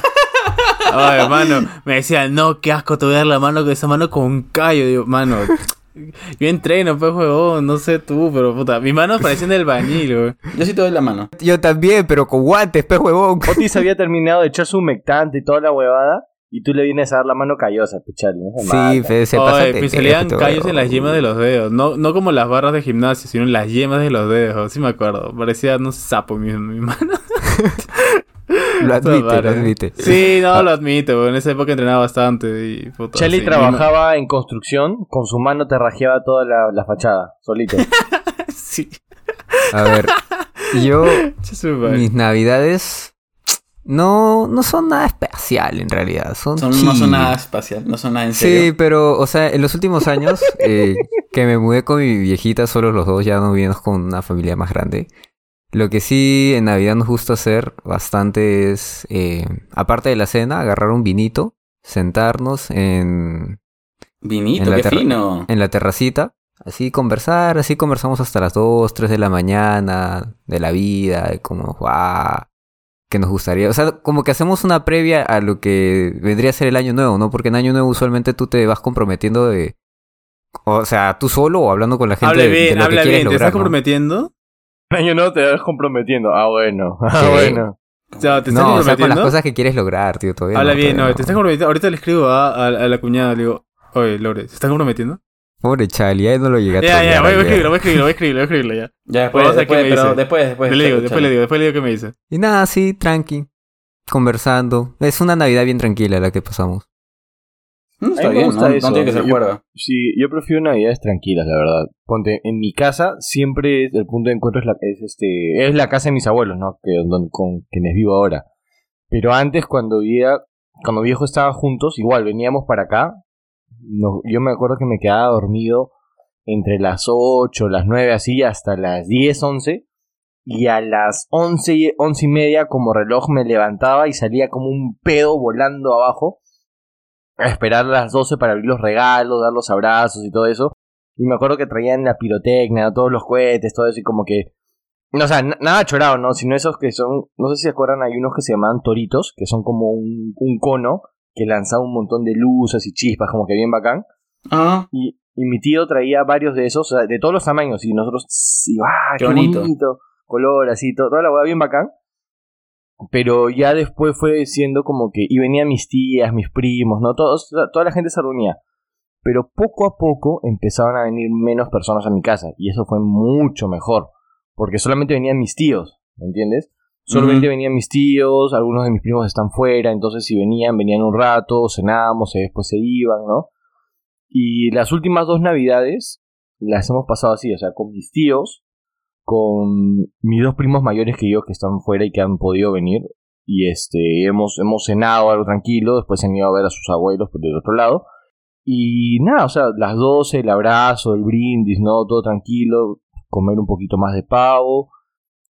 S2: Ay, hermano, me decía, no, qué asco, te voy a dar la mano con esa mano con un callo. Digo, mano, yo entreno, pues, huevón, no sé tú, pero puta, mis manos parecían del bañil, weón.
S1: Yo sí te doy la mano.
S3: Yo también, pero con guantes, pe huevón.
S4: Oti se había terminado de echar su humectante y toda la huevada, y tú le vienes a dar la mano callosa, pues, pechale.
S3: Sí, fe, se pasa
S2: Ay, Oh, pues se le dan callos en las yemas de los dedos. No, no como las barras de gimnasio, sino en las yemas de los dedos. Sí me acuerdo. Parecía un sapo mi, mi mano.
S3: Lo admite,
S2: Toda
S3: lo
S2: rara.
S3: admite. Ah.
S2: Sí, no, lo admito. weón. En esa época entrenaba bastante. Y,
S3: pues,
S2: puta,
S4: Charlie
S2: sí.
S4: trabajaba en construcción, con su mano terrajeaba toda la, la fachada, solito.
S2: Sí.
S3: A ver, yo,
S2: Sí, sí, weón.
S3: mis navidades no, no son nada especial en realidad, son,
S1: Son, no
S3: chill.
S1: son nada espacial, no son nada en
S3: Sí,
S1: serio.
S3: pero, o sea, en los últimos años eh, que me mudé con mi viejita, solo los dos, ya no vivimos con una familia más grande. Lo que sí en Navidad nos gusta hacer bastante es, eh, aparte de la cena, agarrar un vinito, sentarnos en,
S1: Vinito,
S3: En la
S1: qué
S3: terra-
S1: fino.
S3: en la terracita, así conversar, así conversamos hasta las 2, 3 de la mañana, de la vida, de cómo va, que nos gustaría. O sea, como que hacemos una previa a lo que vendría a ser el año nuevo, ¿no? Porque en año nuevo usualmente tú te vas comprometiendo de... O sea, tú solo o hablando con la gente
S2: Habla
S3: de, de
S2: bien,
S3: lo que
S2: habla
S3: quieres
S2: bien. ¿Te
S3: lograr,
S2: estás
S3: ¿no?
S2: comprometiendo?
S4: Año no te vas comprometiendo. Ah, bueno. Ah,
S3: Sí.
S4: bueno.
S2: O sea, ¿te estás
S3: No, o sea, con
S2: comprometiendo?
S3: las cosas que quieres lograr, tío, todavía
S2: Habla bien, no,
S3: todavía
S2: te estás comprometiendo. Ahorita le escribo a, a- a la cuñada, le digo, oye, Lore, ¿se estás comprometiendo?
S3: Pobre Charlie, ahí no lo llegaste
S2: Ya, ya, voy a escribirlo, voy a escribirlo, voy a escribirlo, voy a escribirlo ya.
S1: Ya después,
S2: Vamos a ver
S1: después,
S2: qué Pues, me
S1: pero
S2: dice.
S1: después, después.
S2: le digo,
S1: chale,
S2: después le digo, después le digo qué me dice.
S3: Y nada, sí, tranqui, conversando. Es una Navidad bien tranquila la que pasamos.
S1: chale. Mm,
S4: A
S1: está
S4: mí me
S1: bien,
S4: gusta
S1: no, no
S4: eso.
S1: tiene que ser
S4: Yo-
S1: cuerda.
S4: Sí, yo prefiero navidades tranquilas, la verdad. Ponte, en mi casa siempre es- el punto de encuentro es la, es este, es la casa de mis abuelos, ¿no? Que, don- con quienes vivo ahora. Pero antes, cuando vivía, cuando viejo estaba juntos, igual veníamos para acá. no- yo me acuerdo que me quedaba dormido entre las 8, las 9, así, hasta las 10, 11. Y a las 11, y- 11 y media, como reloj, me levantaba y salía como un pedo volando abajo a esperar las 12 para abrir los regalos, dar los abrazos y todo eso. Y me acuerdo que traían la pirotecnia, todos los cohetes, todo eso, y como que. No, o sea, n- nada chorado, ¿no? Sino esos que son. No sé si se acuerdan, hay unos que se llaman toritos, que son como un, un cono que lanzaba un montón de luces y chispas, como que bien bacán.
S1: Ah,
S4: Y, y mi tío traía varios de esos, o sea, de todos los tamaños. Y nosotros, sí, ¡ah,
S1: Qué
S4: qué,
S1: bonito.
S4: bonito. Color, así, to- toda la hueá bien bacán. Pero ya después fue siendo como que. Y venían mis tías, mis primos, ¿no? Todos, to- toda la gente se reunía. Pero poco a poco empezaron a venir menos personas a mi casa. Y eso fue mucho mejor. Porque solamente venían mis tíos, ¿me entiendes? Solamente
S1: Ujú.
S4: venían mis tíos, algunos de mis primos están fuera, entonces si venían, venían un rato, cenábamos y después se iban, ¿no? Y las últimas dos navidades las hemos pasado así, o sea, con mis tíos, con mis dos primos mayores que yo que están fuera y que han podido venir. Y este, hemos, hemos cenado algo tranquilo, después se han ido a ver a sus abuelos por del pues, otro lado. Y nada, o sea, las 12, el abrazo, el brindis, ¿no? Todo tranquilo, comer un poquito más de pavo.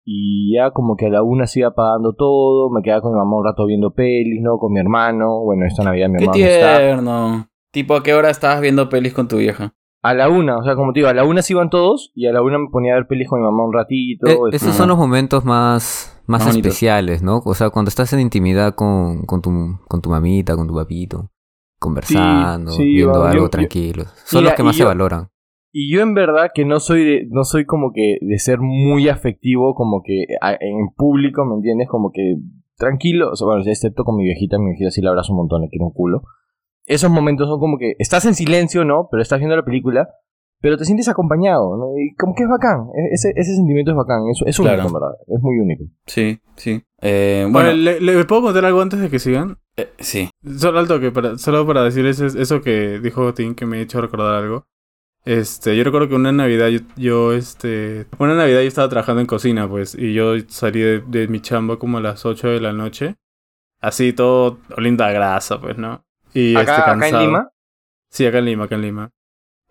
S4: Y ya como que a la una se iba apagando todo, me quedaba con mi mamá un rato viendo pelis, ¿no? Con mi hermano, bueno, esta Navidad mi
S1: Qué
S4: hermano no está.
S1: tierno. Tipo, ¿a qué hora estabas viendo pelis con tu vieja?
S4: A la una, o sea, como te digo, a la una se iban todos y a la una me ponía a ver pelis con mi mamá un ratito.
S3: Eh,
S4: este,
S3: esos son los momentos más, más
S1: Más bonitos.
S3: especiales, ¿no? O sea, cuando estás en intimidad con, con, tu, con tu mamita, con tu papito, conversando,
S4: sí,
S3: viendo
S4: yo-
S3: algo
S4: yo-
S3: tranquilo. Son
S4: Mira,
S3: los que
S4: y
S3: más se
S4: yo-
S3: valoran.
S4: Y yo en verdad que no soy de, no soy como que de ser muy afectivo, como que a- en público, ¿me entiendes? Como que tranquilo, o sea, bueno, excepto con mi viejita, mi viejita sí la abrazo un montón, le quiero un culo. Esos momentos son como que estás en silencio, ¿no? Pero estás viendo la película, pero te sientes acompañado, ¿no? Y como que es bacán, e- ese, ese sentimiento es bacán, es, es único,
S1: Claro.
S4: en ¿verdad? Es muy único.
S1: Sí, sí. Eh,
S2: Bueno,
S1: bueno,
S2: ¿le, le puedo contar algo antes de que sigan?
S1: eh, sí.
S2: Solo al toque, para, solo para decirles es- eso que dijo Tim, que me ha hecho recordar algo. Este, yo recuerdo que una Navidad yo, yo, este, una Navidad yo estaba trabajando en cocina, pues, y yo salí de, de mi chamba como a las 8 de la noche. Así todo linda grasa, pues, ¿no? Y este,
S4: Acá, acá en
S2: cansado.
S4: Lima,
S2: Sí, acá en Lima, acá en Lima.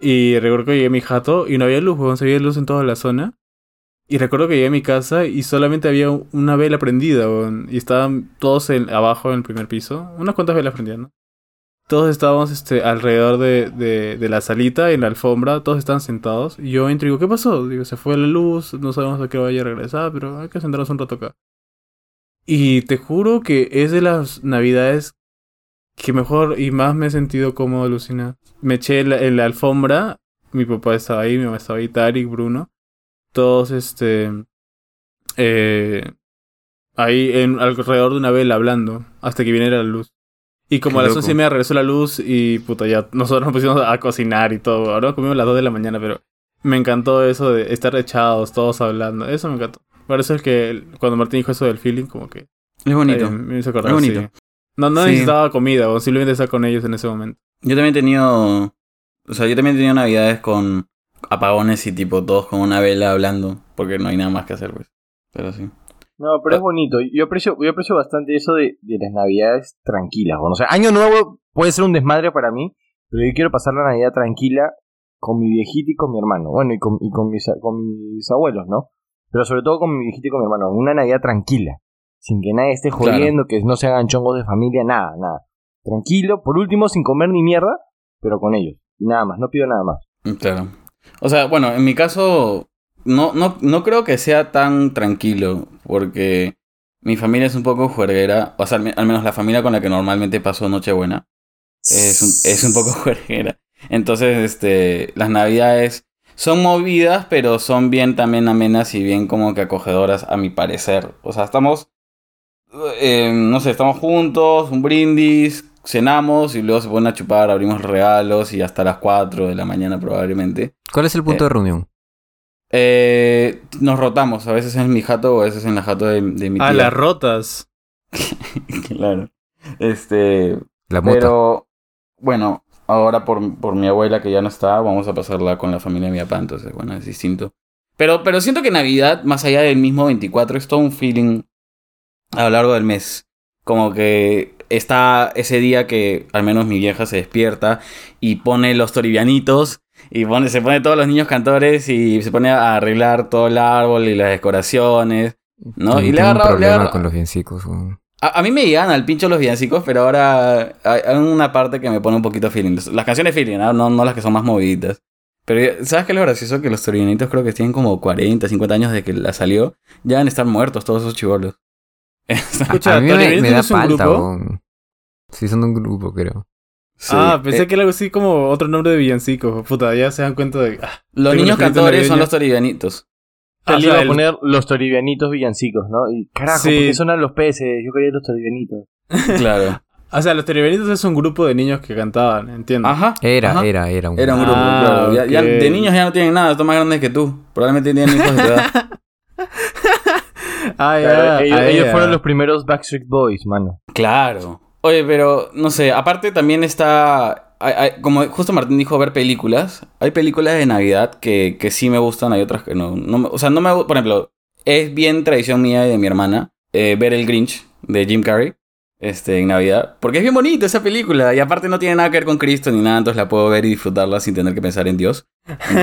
S2: Y recuerdo que llegué a mi jato y no había luz, weón, se había luz en toda la zona. Y recuerdo que llegué a mi casa y solamente había u- una vela prendida, weón, y estaban todos en- abajo en el primer piso, unas cuantas velas prendidas, ¿no? Todos estábamos este, alrededor de, de- de la salita, en la alfombra, todos estaban sentados. Y yo entro y digo, ¿qué pasó? Digo, se fue la luz, no sabemos a qué hora vaya a regresar, pero hay que sentarnos un rato acá. Y te juro que es de las navidades que mejor y más me he sentido cómodo, Lucina. Me eché en la, en la alfombra, mi papá estaba ahí, mi mamá estaba ahí, Tarik, Bruno. Todos, este... eh, ahí en, alrededor de una vela hablando, hasta que viniera la luz. Y como a
S3: Qué
S2: las
S3: loco.
S2: once y media regresó la luz y puta, ya nosotros nos pusimos a cocinar y todo. Ahora comimos a las 2 de la mañana, pero me encantó eso de estar echados, todos hablando. Eso me encantó. Por eso es que el- cuando Martín dijo eso del feeling, como que
S1: Es bonito.
S2: eh, me hizo acordar,
S1: Es bonito.
S2: sí. No, no
S1: Sí.
S2: necesitaba comida, o simplemente estar con ellos en ese momento.
S1: Yo también he tenido. O sea, yo también he tenido navidades con apagones y tipo todos con una vela hablando. Porque no hay nada más que hacer, pues. Pero sí.
S4: No, pero es
S2: Ah.
S4: bonito. Yo aprecio, yo aprecio bastante eso de, de las navidades tranquilas. bueno, o sea, año nuevo puede ser un desmadre para mí, pero yo quiero pasar la Navidad tranquila con mi viejita y con mi hermano. Bueno, y con, y con, mis, a- con mis abuelos, ¿no? Pero sobre todo con mi viejita y con mi hermano. Una Navidad tranquila. Sin que nadie esté
S1: Claro.
S4: jodiendo, que no se hagan chongos de familia, nada, nada. Tranquilo, por último, sin comer ni mierda, pero con ellos. Y Nada más, no pido nada más.
S1: Claro. O sea, bueno, en mi caso, no, no, no creo que sea tan tranquilo, porque mi familia es un poco juerguera, o sea, al, me- al menos la familia con la que normalmente paso Nochebuena es un, es un poco juerguera. Entonces, este, las navidades son movidas, pero son bien también amenas y bien como que acogedoras, a mi parecer. O sea, estamos, eh, no sé, estamos juntos, un brindis, cenamos y luego se ponen a chupar, abrimos regalos y hasta las 4 de la mañana probablemente.
S3: ¿Cuál es el punto
S1: Eh,
S3: de reunión?
S1: Eh, nos rotamos, a veces en mi jato o a veces en la jato de, de
S4: Ah,
S1: mi tía.
S2: A las rotas.
S1: claro. Este,
S3: La mota.
S1: Pero bueno, ahora por, por mi abuela que ya no está, vamos a pasarla con la familia de mi papá, entonces bueno, es distinto. Pero, pero siento que Navidad, más allá del mismo 24, es todo un feeling a lo largo del mes. Como que está ese día que al menos mi vieja se despierta y pone los toribianitos y pone, se pone todos los niños cantores y se pone a arreglar todo el árbol y las decoraciones. ¿no?
S3: Tengo-
S1: Y le
S3: tengo un
S1: agarra- le
S3: problema
S1: agarra-
S3: con los biencicos. weón.
S1: A, a mí me llegan al pincho los villancicos, pero ahora hay, hay una parte que me pone un poquito feeling. Las canciones feeling, ¿ah? no, no las que son más moviditas. Pero eh, ¿sabes qué es lo gracioso? Que los turbinitos creo que tienen como 40, 50 años de que la salió. Ya van a estar muertos todos esos chivolos.
S2: Escucha,
S3: a mí me,
S2: Toribinitos
S3: me da
S2: es un
S3: falta,
S2: grupo.
S3: weón. Sí, son de un grupo, creo.
S2: ah,
S1: Eh,
S2: pensé que era algo así como otro nombre de villancicos. Puta, ya se dan cuenta de. Ah,
S1: Los
S2: tengo
S1: niños
S2: una experiencia
S1: cantores son
S2: navideña.
S1: los toribianitos.
S4: Te
S2: Ah, o
S4: le iba
S2: sea,
S4: a
S2: el-
S4: poner los toribianitos villancicos, ¿no? Y carajo,
S2: Sí.
S4: ¿por qué sonan los peces? Yo quería los toribianitos.
S1: Claro.
S2: o sea, los Teribenitos es un grupo de niños que cantaban, entiendo.
S1: Ajá.
S3: Era,
S1: ajá.
S3: era, era un
S1: Era un
S2: Ah,
S1: grupo, claro. Ya- ya
S2: ok.
S1: de niños ya no tienen nada, son más grandes que tú. Probablemente tienen hijos de tu edad.
S2: Ah, ya,
S4: Claro,
S2: ah,
S4: ellos,
S2: ya,
S4: ellos
S2: ya.
S4: fueron los primeros Backstreet Boys, mano.
S1: Claro. Oye, pero no sé, aparte también está, hay- hay- como justo Martín dijo, ver películas. Hay películas de Navidad que, que sí me gustan, hay otras que no. no me- o sea, no me, gu- por ejemplo, es bien tradición mía y de mi hermana eh, ver El Grinch de Jim Carrey. este, en Navidad. Porque es bien bonito esa película. Y aparte no tiene nada que ver con Cristo ni nada, entonces la puedo ver y disfrutarla sin tener que pensar en Dios.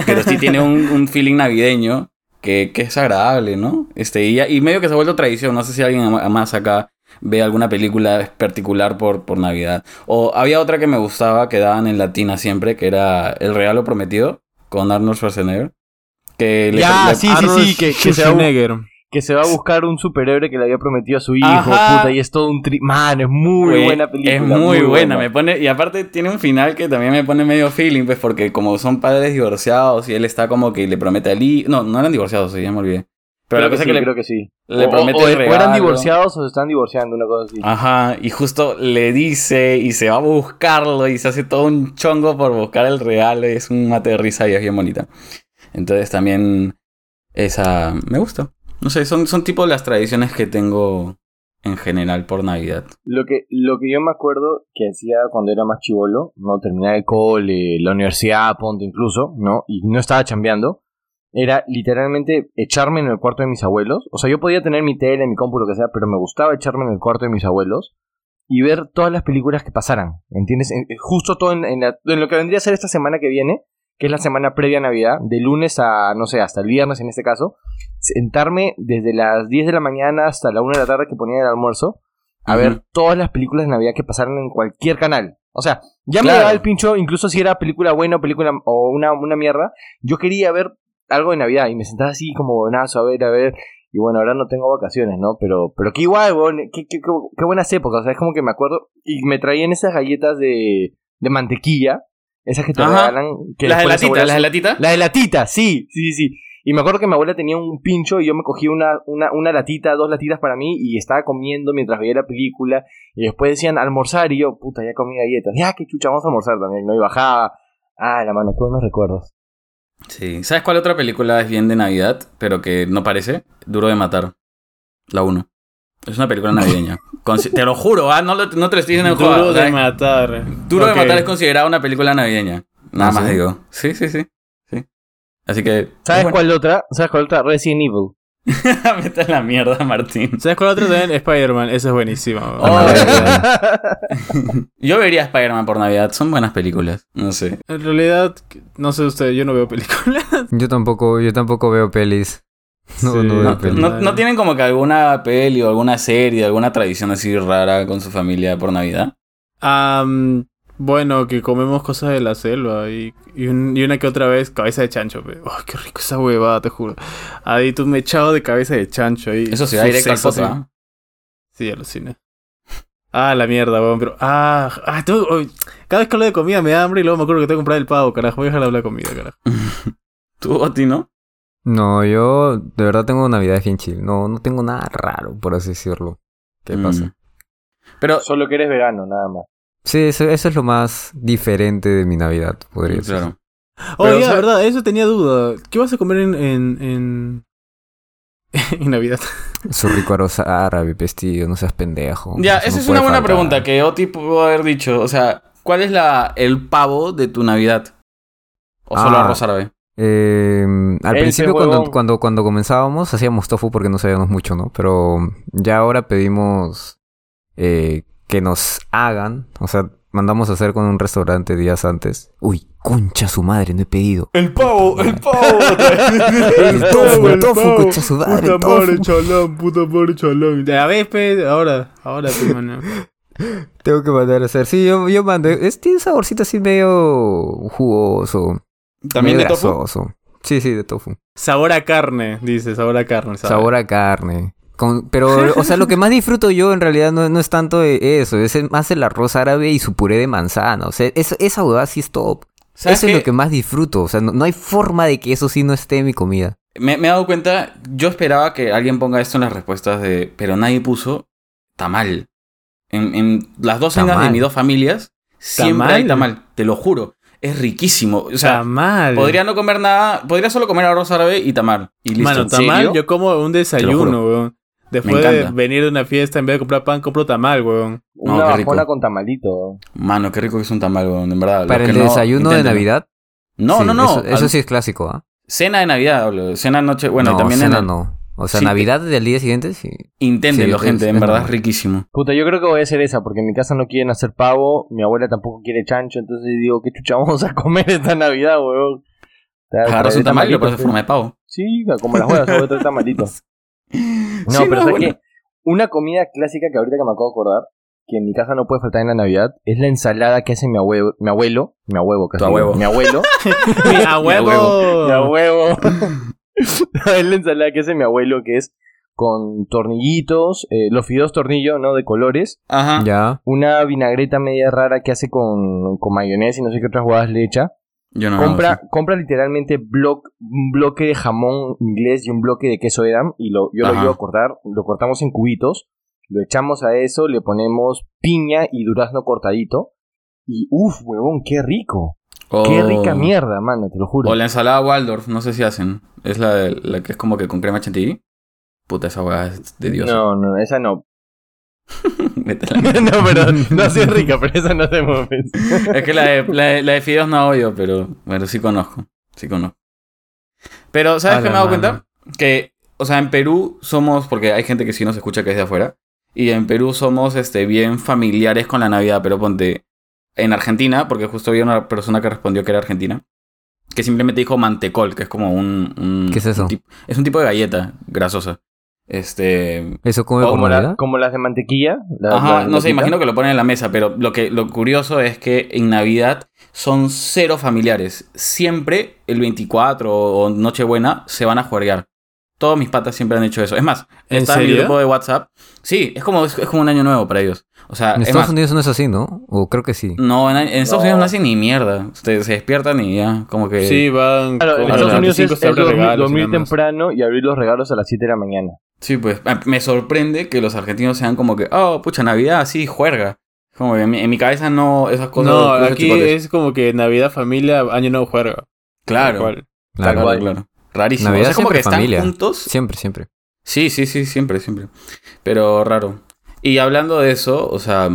S1: Pero sí tiene un, un feeling navideño que, que es agradable, ¿no? Este, y, ya- y medio que se ha vuelto tradición. No sé si alguien ama- más acá ve alguna película particular por, por Navidad. O había otra que me gustaba que daban en Latina siempre, que era El Regalo Prometido con Arnold Schwarzenegger. Que le-
S4: Ya,
S1: le-
S4: sí, sí, sí, que, que se va, a bu-
S2: Schwarzenegger.
S4: que se va a buscar un superhéroe que le había prometido a su hijo,
S1: Ajá.
S4: puta, y es todo un tri... Man, es muy
S1: Oye,
S4: buena película.
S1: Pues, Es muy, buena. Me pone, y aparte tiene un final que también me pone medio feeling, pues, porque como son padres divorciados y él está como que le promete al hijo. No, no eran divorciados, sí, ya me olvidé. Pero la
S4: Creo que
S1: cosa
S4: sí,
S1: es que
S4: creo
S1: le,
S4: que sí.
S1: le
S4: O- o-
S1: promete
S4: o,
S1: el
S4: o eran
S1: regalo. Ah.
S4: divorciados o se están divorciando, una cosa así.
S1: Ajá, y justo le dice y se va a buscarlo y se hace todo un chongo por buscar el regalo. y es un mate de risa y es bien bonita. Entonces también esa me gusta. No sé, son, son tipo las tradiciones que tengo en general por Navidad.
S4: Lo que, lo que yo me acuerdo que hacía cuando era más chivolo, no terminaba el cole, la universidad, ponte incluso, ¿no? Y no estaba chambeando, era literalmente echarme en el cuarto de mis abuelos. O sea, yo podía tener mi tele, mi compu, lo que sea, pero me gustaba echarme en el cuarto de mis abuelos y ver todas las películas que pasaran, ¿entiendes? En- en- justo todo en, en la- en lo que vendría a ser esta semana que viene, que es la semana previa a Navidad, de lunes a, no sé, hasta el viernes en este caso, sentarme desde las 10 de la mañana hasta la 1 de la tarde que ponía el almuerzo a ver
S1: Ujú.
S4: todas las películas de Navidad que pasaron en cualquier canal. O sea, ya me
S1: Claro.
S4: daba el pincho, incluso si era película buena o película o una, una mierda, yo quería ver algo de Navidad y me sentaba así como bonazo a ver, a ver. Y bueno, ahora no tengo vacaciones, ¿no? Pero, pero qué igual, weón, qué, qué- qué- qué buenas épocas. O sea, es como que me acuerdo y me traían esas galletas de, de mantequilla, esas que te
S1: Ajá.
S4: regalan. Que
S1: Las de
S4: después
S1: la tita,
S4: abuelas-
S1: las de la tita.
S4: la de latita, sí, sí, sí, sí. Y me acuerdo que mi abuela tenía un pincho y yo me cogí una, una, una latita, dos latitas para mí y estaba comiendo mientras veía la película. Y después decían almorzar y yo, puta, ya comí galletas. Ya, qué chucha, vamos a almorzar también. No, y bajaba. Ah, la mano, qué buenos recuerdos.
S1: Sí. ¿Sabes cuál otra película es bien de Navidad, pero que no parece? Duro de matar. La 1. Es una película navideña. Consi- te lo juro, ah, no, lo- no te lo estoy diciendo en joda,
S2: Duro
S1: o sea,
S2: de matar.
S1: Duro
S2: Ok.
S1: de matar es considerada una película navideña. Nada
S3: ¿Ah,
S1: más
S3: sí?
S1: digo. Sí, sí, sí. sí. Así que.
S4: ¿Sabes
S1: Bueno,
S4: cuál otra? ¿Sabes cuál otra? Resident Evil.
S1: Vete a la mierda, Martín.
S2: ¿Sabes cuál otro también? Spider-Man. Esa es buenísima.
S1: Oh,
S2: weón.
S1: Yo vería Spider-Man por Navidad. Son buenas películas. No sé.
S2: En realidad, no sé usted, yo no veo películas.
S3: Yo tampoco, yo tampoco veo pelis. No,
S2: Sí.
S3: no veo
S1: No,
S3: pelis.
S1: no- no tienen como que alguna peli o alguna serie, alguna tradición así rara con su familia por Navidad?
S2: Am, bueno, que comemos cosas de la selva y, y un- y una que otra vez cabeza de chancho. pe. Oh, qué rico esa huevada, te juro. Ahí tú me echado de cabeza de chancho. Ahí,
S1: Eso se da directo al
S2: Suceso,
S1: poto,
S2: sí.
S1: ¿ah?
S2: Sí, alucina. Ah, la mierda, weón, pero... Ah, ah, tengo- oh, cada vez que hablo de comida me da hambre y luego me acuerdo que tengo que comprar el pavo, carajo. Voy a dejar de hablar de comida, carajo.
S1: ¿Tú, Oti, no?
S3: No, yo de verdad tengo Navidad bien chill. No, no tengo nada raro, por así decirlo. ¿Qué
S1: Mm.
S3: pasa?
S1: Pero,
S4: Solo que eres vegano, nada más.
S3: Sí, eso, eso es lo más diferente de mi Navidad, podría decir.
S1: Mm, claro.
S2: Oh,
S1: Pero,
S2: ya,
S1: ¿sabes?
S2: verdad, eso tenía duda. ¿Qué vas a comer en... en, en... en Navidad.
S3: Su rico arroz árabe, pestillo, no seas pendejo.
S1: Ya, esa
S3: Eso no
S1: es una
S3: puede
S1: buena
S3: faltar.
S1: pregunta que Oti pudo haber dicho. O sea, ¿cuál es la, el pavo de tu Navidad? O solo
S3: Ah.
S1: arroz árabe.
S3: Eh, al
S4: Ese
S3: principio cuando,
S4: huevón.
S3: cuando, cuando comenzábamos hacíamos tofu porque no sabíamos mucho, ¿no? Pero ya ahora pedimos eh, que nos hagan, o sea, mandamos a hacer con un restaurante días antes. Uy, concha su madre, no he pedido.
S1: El pavo,
S3: el
S1: pavo.
S3: El tofu, el tofu,
S2: pavo.
S3: concha su madre, el tofu.
S2: chalón, puta madre, chalón. Ya ves, pe, ahora, ahora, pe, mano.
S3: Tengo que mandar a hacer. Sí, yo, yo mando. Es, tiene un saborcito así medio jugoso.
S1: También de
S3: medio
S1: tofu.
S3: grasoso. Sí, sí, de tofu.
S2: Sabor a carne, dice, sabor a carne.
S3: Sabor a carne. Con- pero, o sea, lo que más disfruto yo en realidad no, no es tanto e- eso, es el- más el arroz árabe y su puré de manzana. O sea, es- esa huevada sí es top.
S1: ¿Sabes
S3: Eso es
S1: qué?
S3: lo que más disfruto. O sea, no, no hay forma de que eso sí no esté en mi comida.
S1: Me, me he dado cuenta, yo esperaba que alguien ponga esto en las respuestas de... Pero nadie puso tamal. En, en las dos cenas de
S3: Tamal.
S1: mis dos familias siempre hay
S2: Tamal.
S1: tamal. Te lo juro. Es riquísimo. O sea,
S2: Tamal.
S1: podría no comer nada... Podría solo comer arroz árabe y tamal. Y listo.
S2: Mano,
S1: ¿En serio?
S2: tamal yo como un desayuno, weón. Después
S1: Me
S2: de
S1: encanta.
S2: venir de una fiesta, en vez de comprar pan, compro tamal, weón.
S1: No,
S4: Una
S1: qué rico.
S4: bajona con tamalito.
S1: Mano, qué rico que es un tamal, weón, en verdad. Los
S3: Para
S1: que
S3: el
S1: no,
S3: desayuno de
S1: inténtenlo.
S3: Navidad.
S1: No,
S3: sí,
S1: no, no.
S3: Eso, eso
S1: Al-
S3: sí es clásico, ¿ah?
S1: Cena de Navidad, hablo. Cena noche. Bueno,
S3: no,
S1: y también
S3: cena
S1: en el-
S3: no. O sea,
S1: Sí,
S3: Navidad del día siguiente, sí.
S1: Inténtenlo,
S3: Sí, es-
S1: gente, en
S3: es
S1: verdad es
S3: normal.
S1: riquísimo.
S4: Puta, yo creo que voy a hacer esa, porque en mi casa no quieren hacer pavo, mi abuela tampoco quiere chancho, entonces digo, ¿qué chucha vamos a comer esta Navidad, weón?
S1: Agarras un tamal y lo pones en forma de pavo.
S4: Sí, como las huevas, sobre todo tamalito. No,
S1: Sí,
S4: pero
S1: no,
S4: ¿sabes
S1: bueno.
S4: qué? Una comida clásica que ahorita que me acabo de acordar, que en mi casa no puede faltar en la Navidad, es la ensalada que hace mi abuelo, mi abuelo, mi abuelo, casi
S1: Tu
S4: digo,
S1: abuelo.
S4: mi abuelo,
S2: Mi a huevo.
S4: mi abuelo. es la ensalada que hace mi abuelo, que es con tornillitos, eh, los fideos tornillo, ¿no? De colores,
S1: Ajá.
S3: Ya.
S4: una vinagreta media rara que hace con, con mayonesa y no sé qué otras huevas le echa.
S1: Yo no hago
S4: compra,
S1: eso.
S4: compra literalmente bloc, un bloque de jamón inglés y un bloque de queso Edam y lo, yo lo
S1: Ajá.
S4: llevo a cortar, lo cortamos en cubitos, lo echamos a eso, le ponemos piña y durazno cortadito. Y uff, huevón, qué rico.
S1: O-
S4: Qué rica mierda, mano, te lo juro.
S1: O la ensalada Waldorf, no sé si hacen. Es la, de- la que es como que con crema chantilly. Puta, esa hueá es de Dios.
S4: No, no, esa no.
S1: Vete a la mierda.
S4: no, pero no sí es rica, pero esa no se mueve.
S1: es que la de, la, de- la de fideos no hago yo, pero bueno, sí conozco. Sí conozco. Pero, ¿sabes
S2: A
S1: qué
S2: la
S1: me he dado
S2: mano.
S1: cuenta? Que, o sea, en Perú somos, porque hay gente que sí nos escucha que es de afuera, y en Perú somos este, bien familiares con la Navidad, pero ponte en Argentina, porque justo había una persona que respondió que era argentina, que simplemente dijo mantecol, que es como un... un-
S3: ¿Qué es eso?
S1: un tip- es un tipo de galleta grasosa. Este,
S3: ¿Eso come por
S4: Como, la-
S3: Navidad?
S4: como las de mantequilla. la-
S1: Ajá,
S4: la-
S1: no sé,
S4: la-
S1: imagino que lo ponen en la mesa, pero lo que lo curioso es que en Navidad son cero familiares. Siempre el 24 o o Nochebuena se van a juerguear. Todos mis patas siempre han hecho eso. Es más,
S2: ¿En
S1: está en mi
S2: serio?
S1: grupo de WhatsApp. Sí, es como, es, es como un año nuevo para ellos. O sea,
S3: En
S1: es
S3: Estados
S1: más, Mm,
S3: Unidos no es así, ¿no? O creo que sí.
S1: no, en, en Estados
S4: No.
S1: Unidos no hacen ni mierda. Se, se despiertan y ya, como que.
S2: Sí, van.
S4: Claro, en
S2: con
S4: Estados
S2: los
S4: Unidos es,
S2: 25
S4: es
S2: se abre
S4: dormir,
S2: regalos y
S4: dormir
S2: nada más.
S4: temprano y abrir los regalos a las 7 de la mañana.
S1: Sí, pues a- me sorprende que los argentinos sean como que, oh, pucha, Navidad, sí, juerga. Como que en mi, en mi cabeza no, esas cosas.
S2: No,
S1: esos
S2: aquí
S1: chicotes.
S2: es como que Navidad, familia, año nuevo, juerga.
S1: Claro.
S2: Igual.
S3: Claro.
S1: Claro,
S4: cual.
S1: claro. Rarísimo.
S3: Navidad
S1: o sea, es como
S3: siempre
S1: que están
S3: familia.
S1: juntos.
S3: Siempre, siempre.
S1: Sí, sí, sí, siempre, siempre. Pero raro. Y hablando de eso, o sea,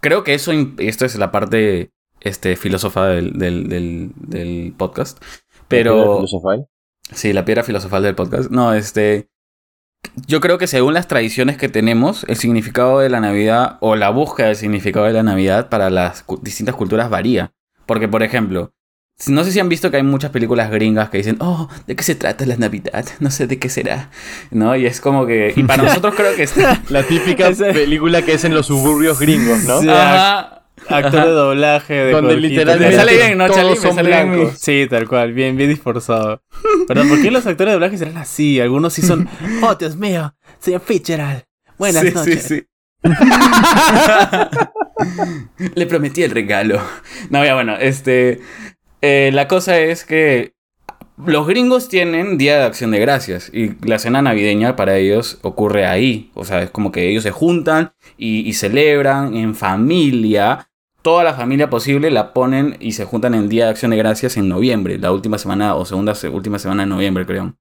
S1: creo que eso, im- y esto es la parte este, filósofa del, del, del, del podcast. Pero.
S4: Filosofal.
S1: Sí, la piedra filosofal del podcast. No, este. Yo creo que según las tradiciones que tenemos, el significado de la Navidad o la búsqueda del significado de la Navidad para las cu- distintas culturas varía. Porque, por ejemplo, si- no sé si han visto que hay muchas películas gringas que dicen, oh, ¿de qué se trata la Navidad? No sé de qué será. ¿No? Y es como que. Y para nosotros creo que está.
S4: La típica
S2: Ese-
S4: película que es en los suburbios gringos, ¿no?
S2: Sí.
S1: Ajá.
S2: Actor de doblaje de
S4: Donde
S2: Jorgito,
S4: literalmente
S1: Me
S2: tal-
S1: sale bien, ¿no,
S4: todos
S1: Charlie? Me
S4: son
S1: sale bien.
S4: blancos.
S2: Sí, tal cual, bien, bien disforzado. Pero ¿por qué los actores de doblaje serán así? Algunos sí son, oh Dios mío, señor Fitzgerald, buenas
S1: Sí, sí,
S2: noches.
S1: sí. Le prometí el regalo. No, ya bueno, este. eh, la cosa es que los gringos tienen Día de Acción de Gracias y la cena navideña para ellos ocurre ahí. O sea, es como que ellos se juntan y, y celebran en familia. Toda la familia posible la ponen y se juntan en Día de Acción de Gracias en noviembre, la última semana o segunda se- última semana de noviembre, creo.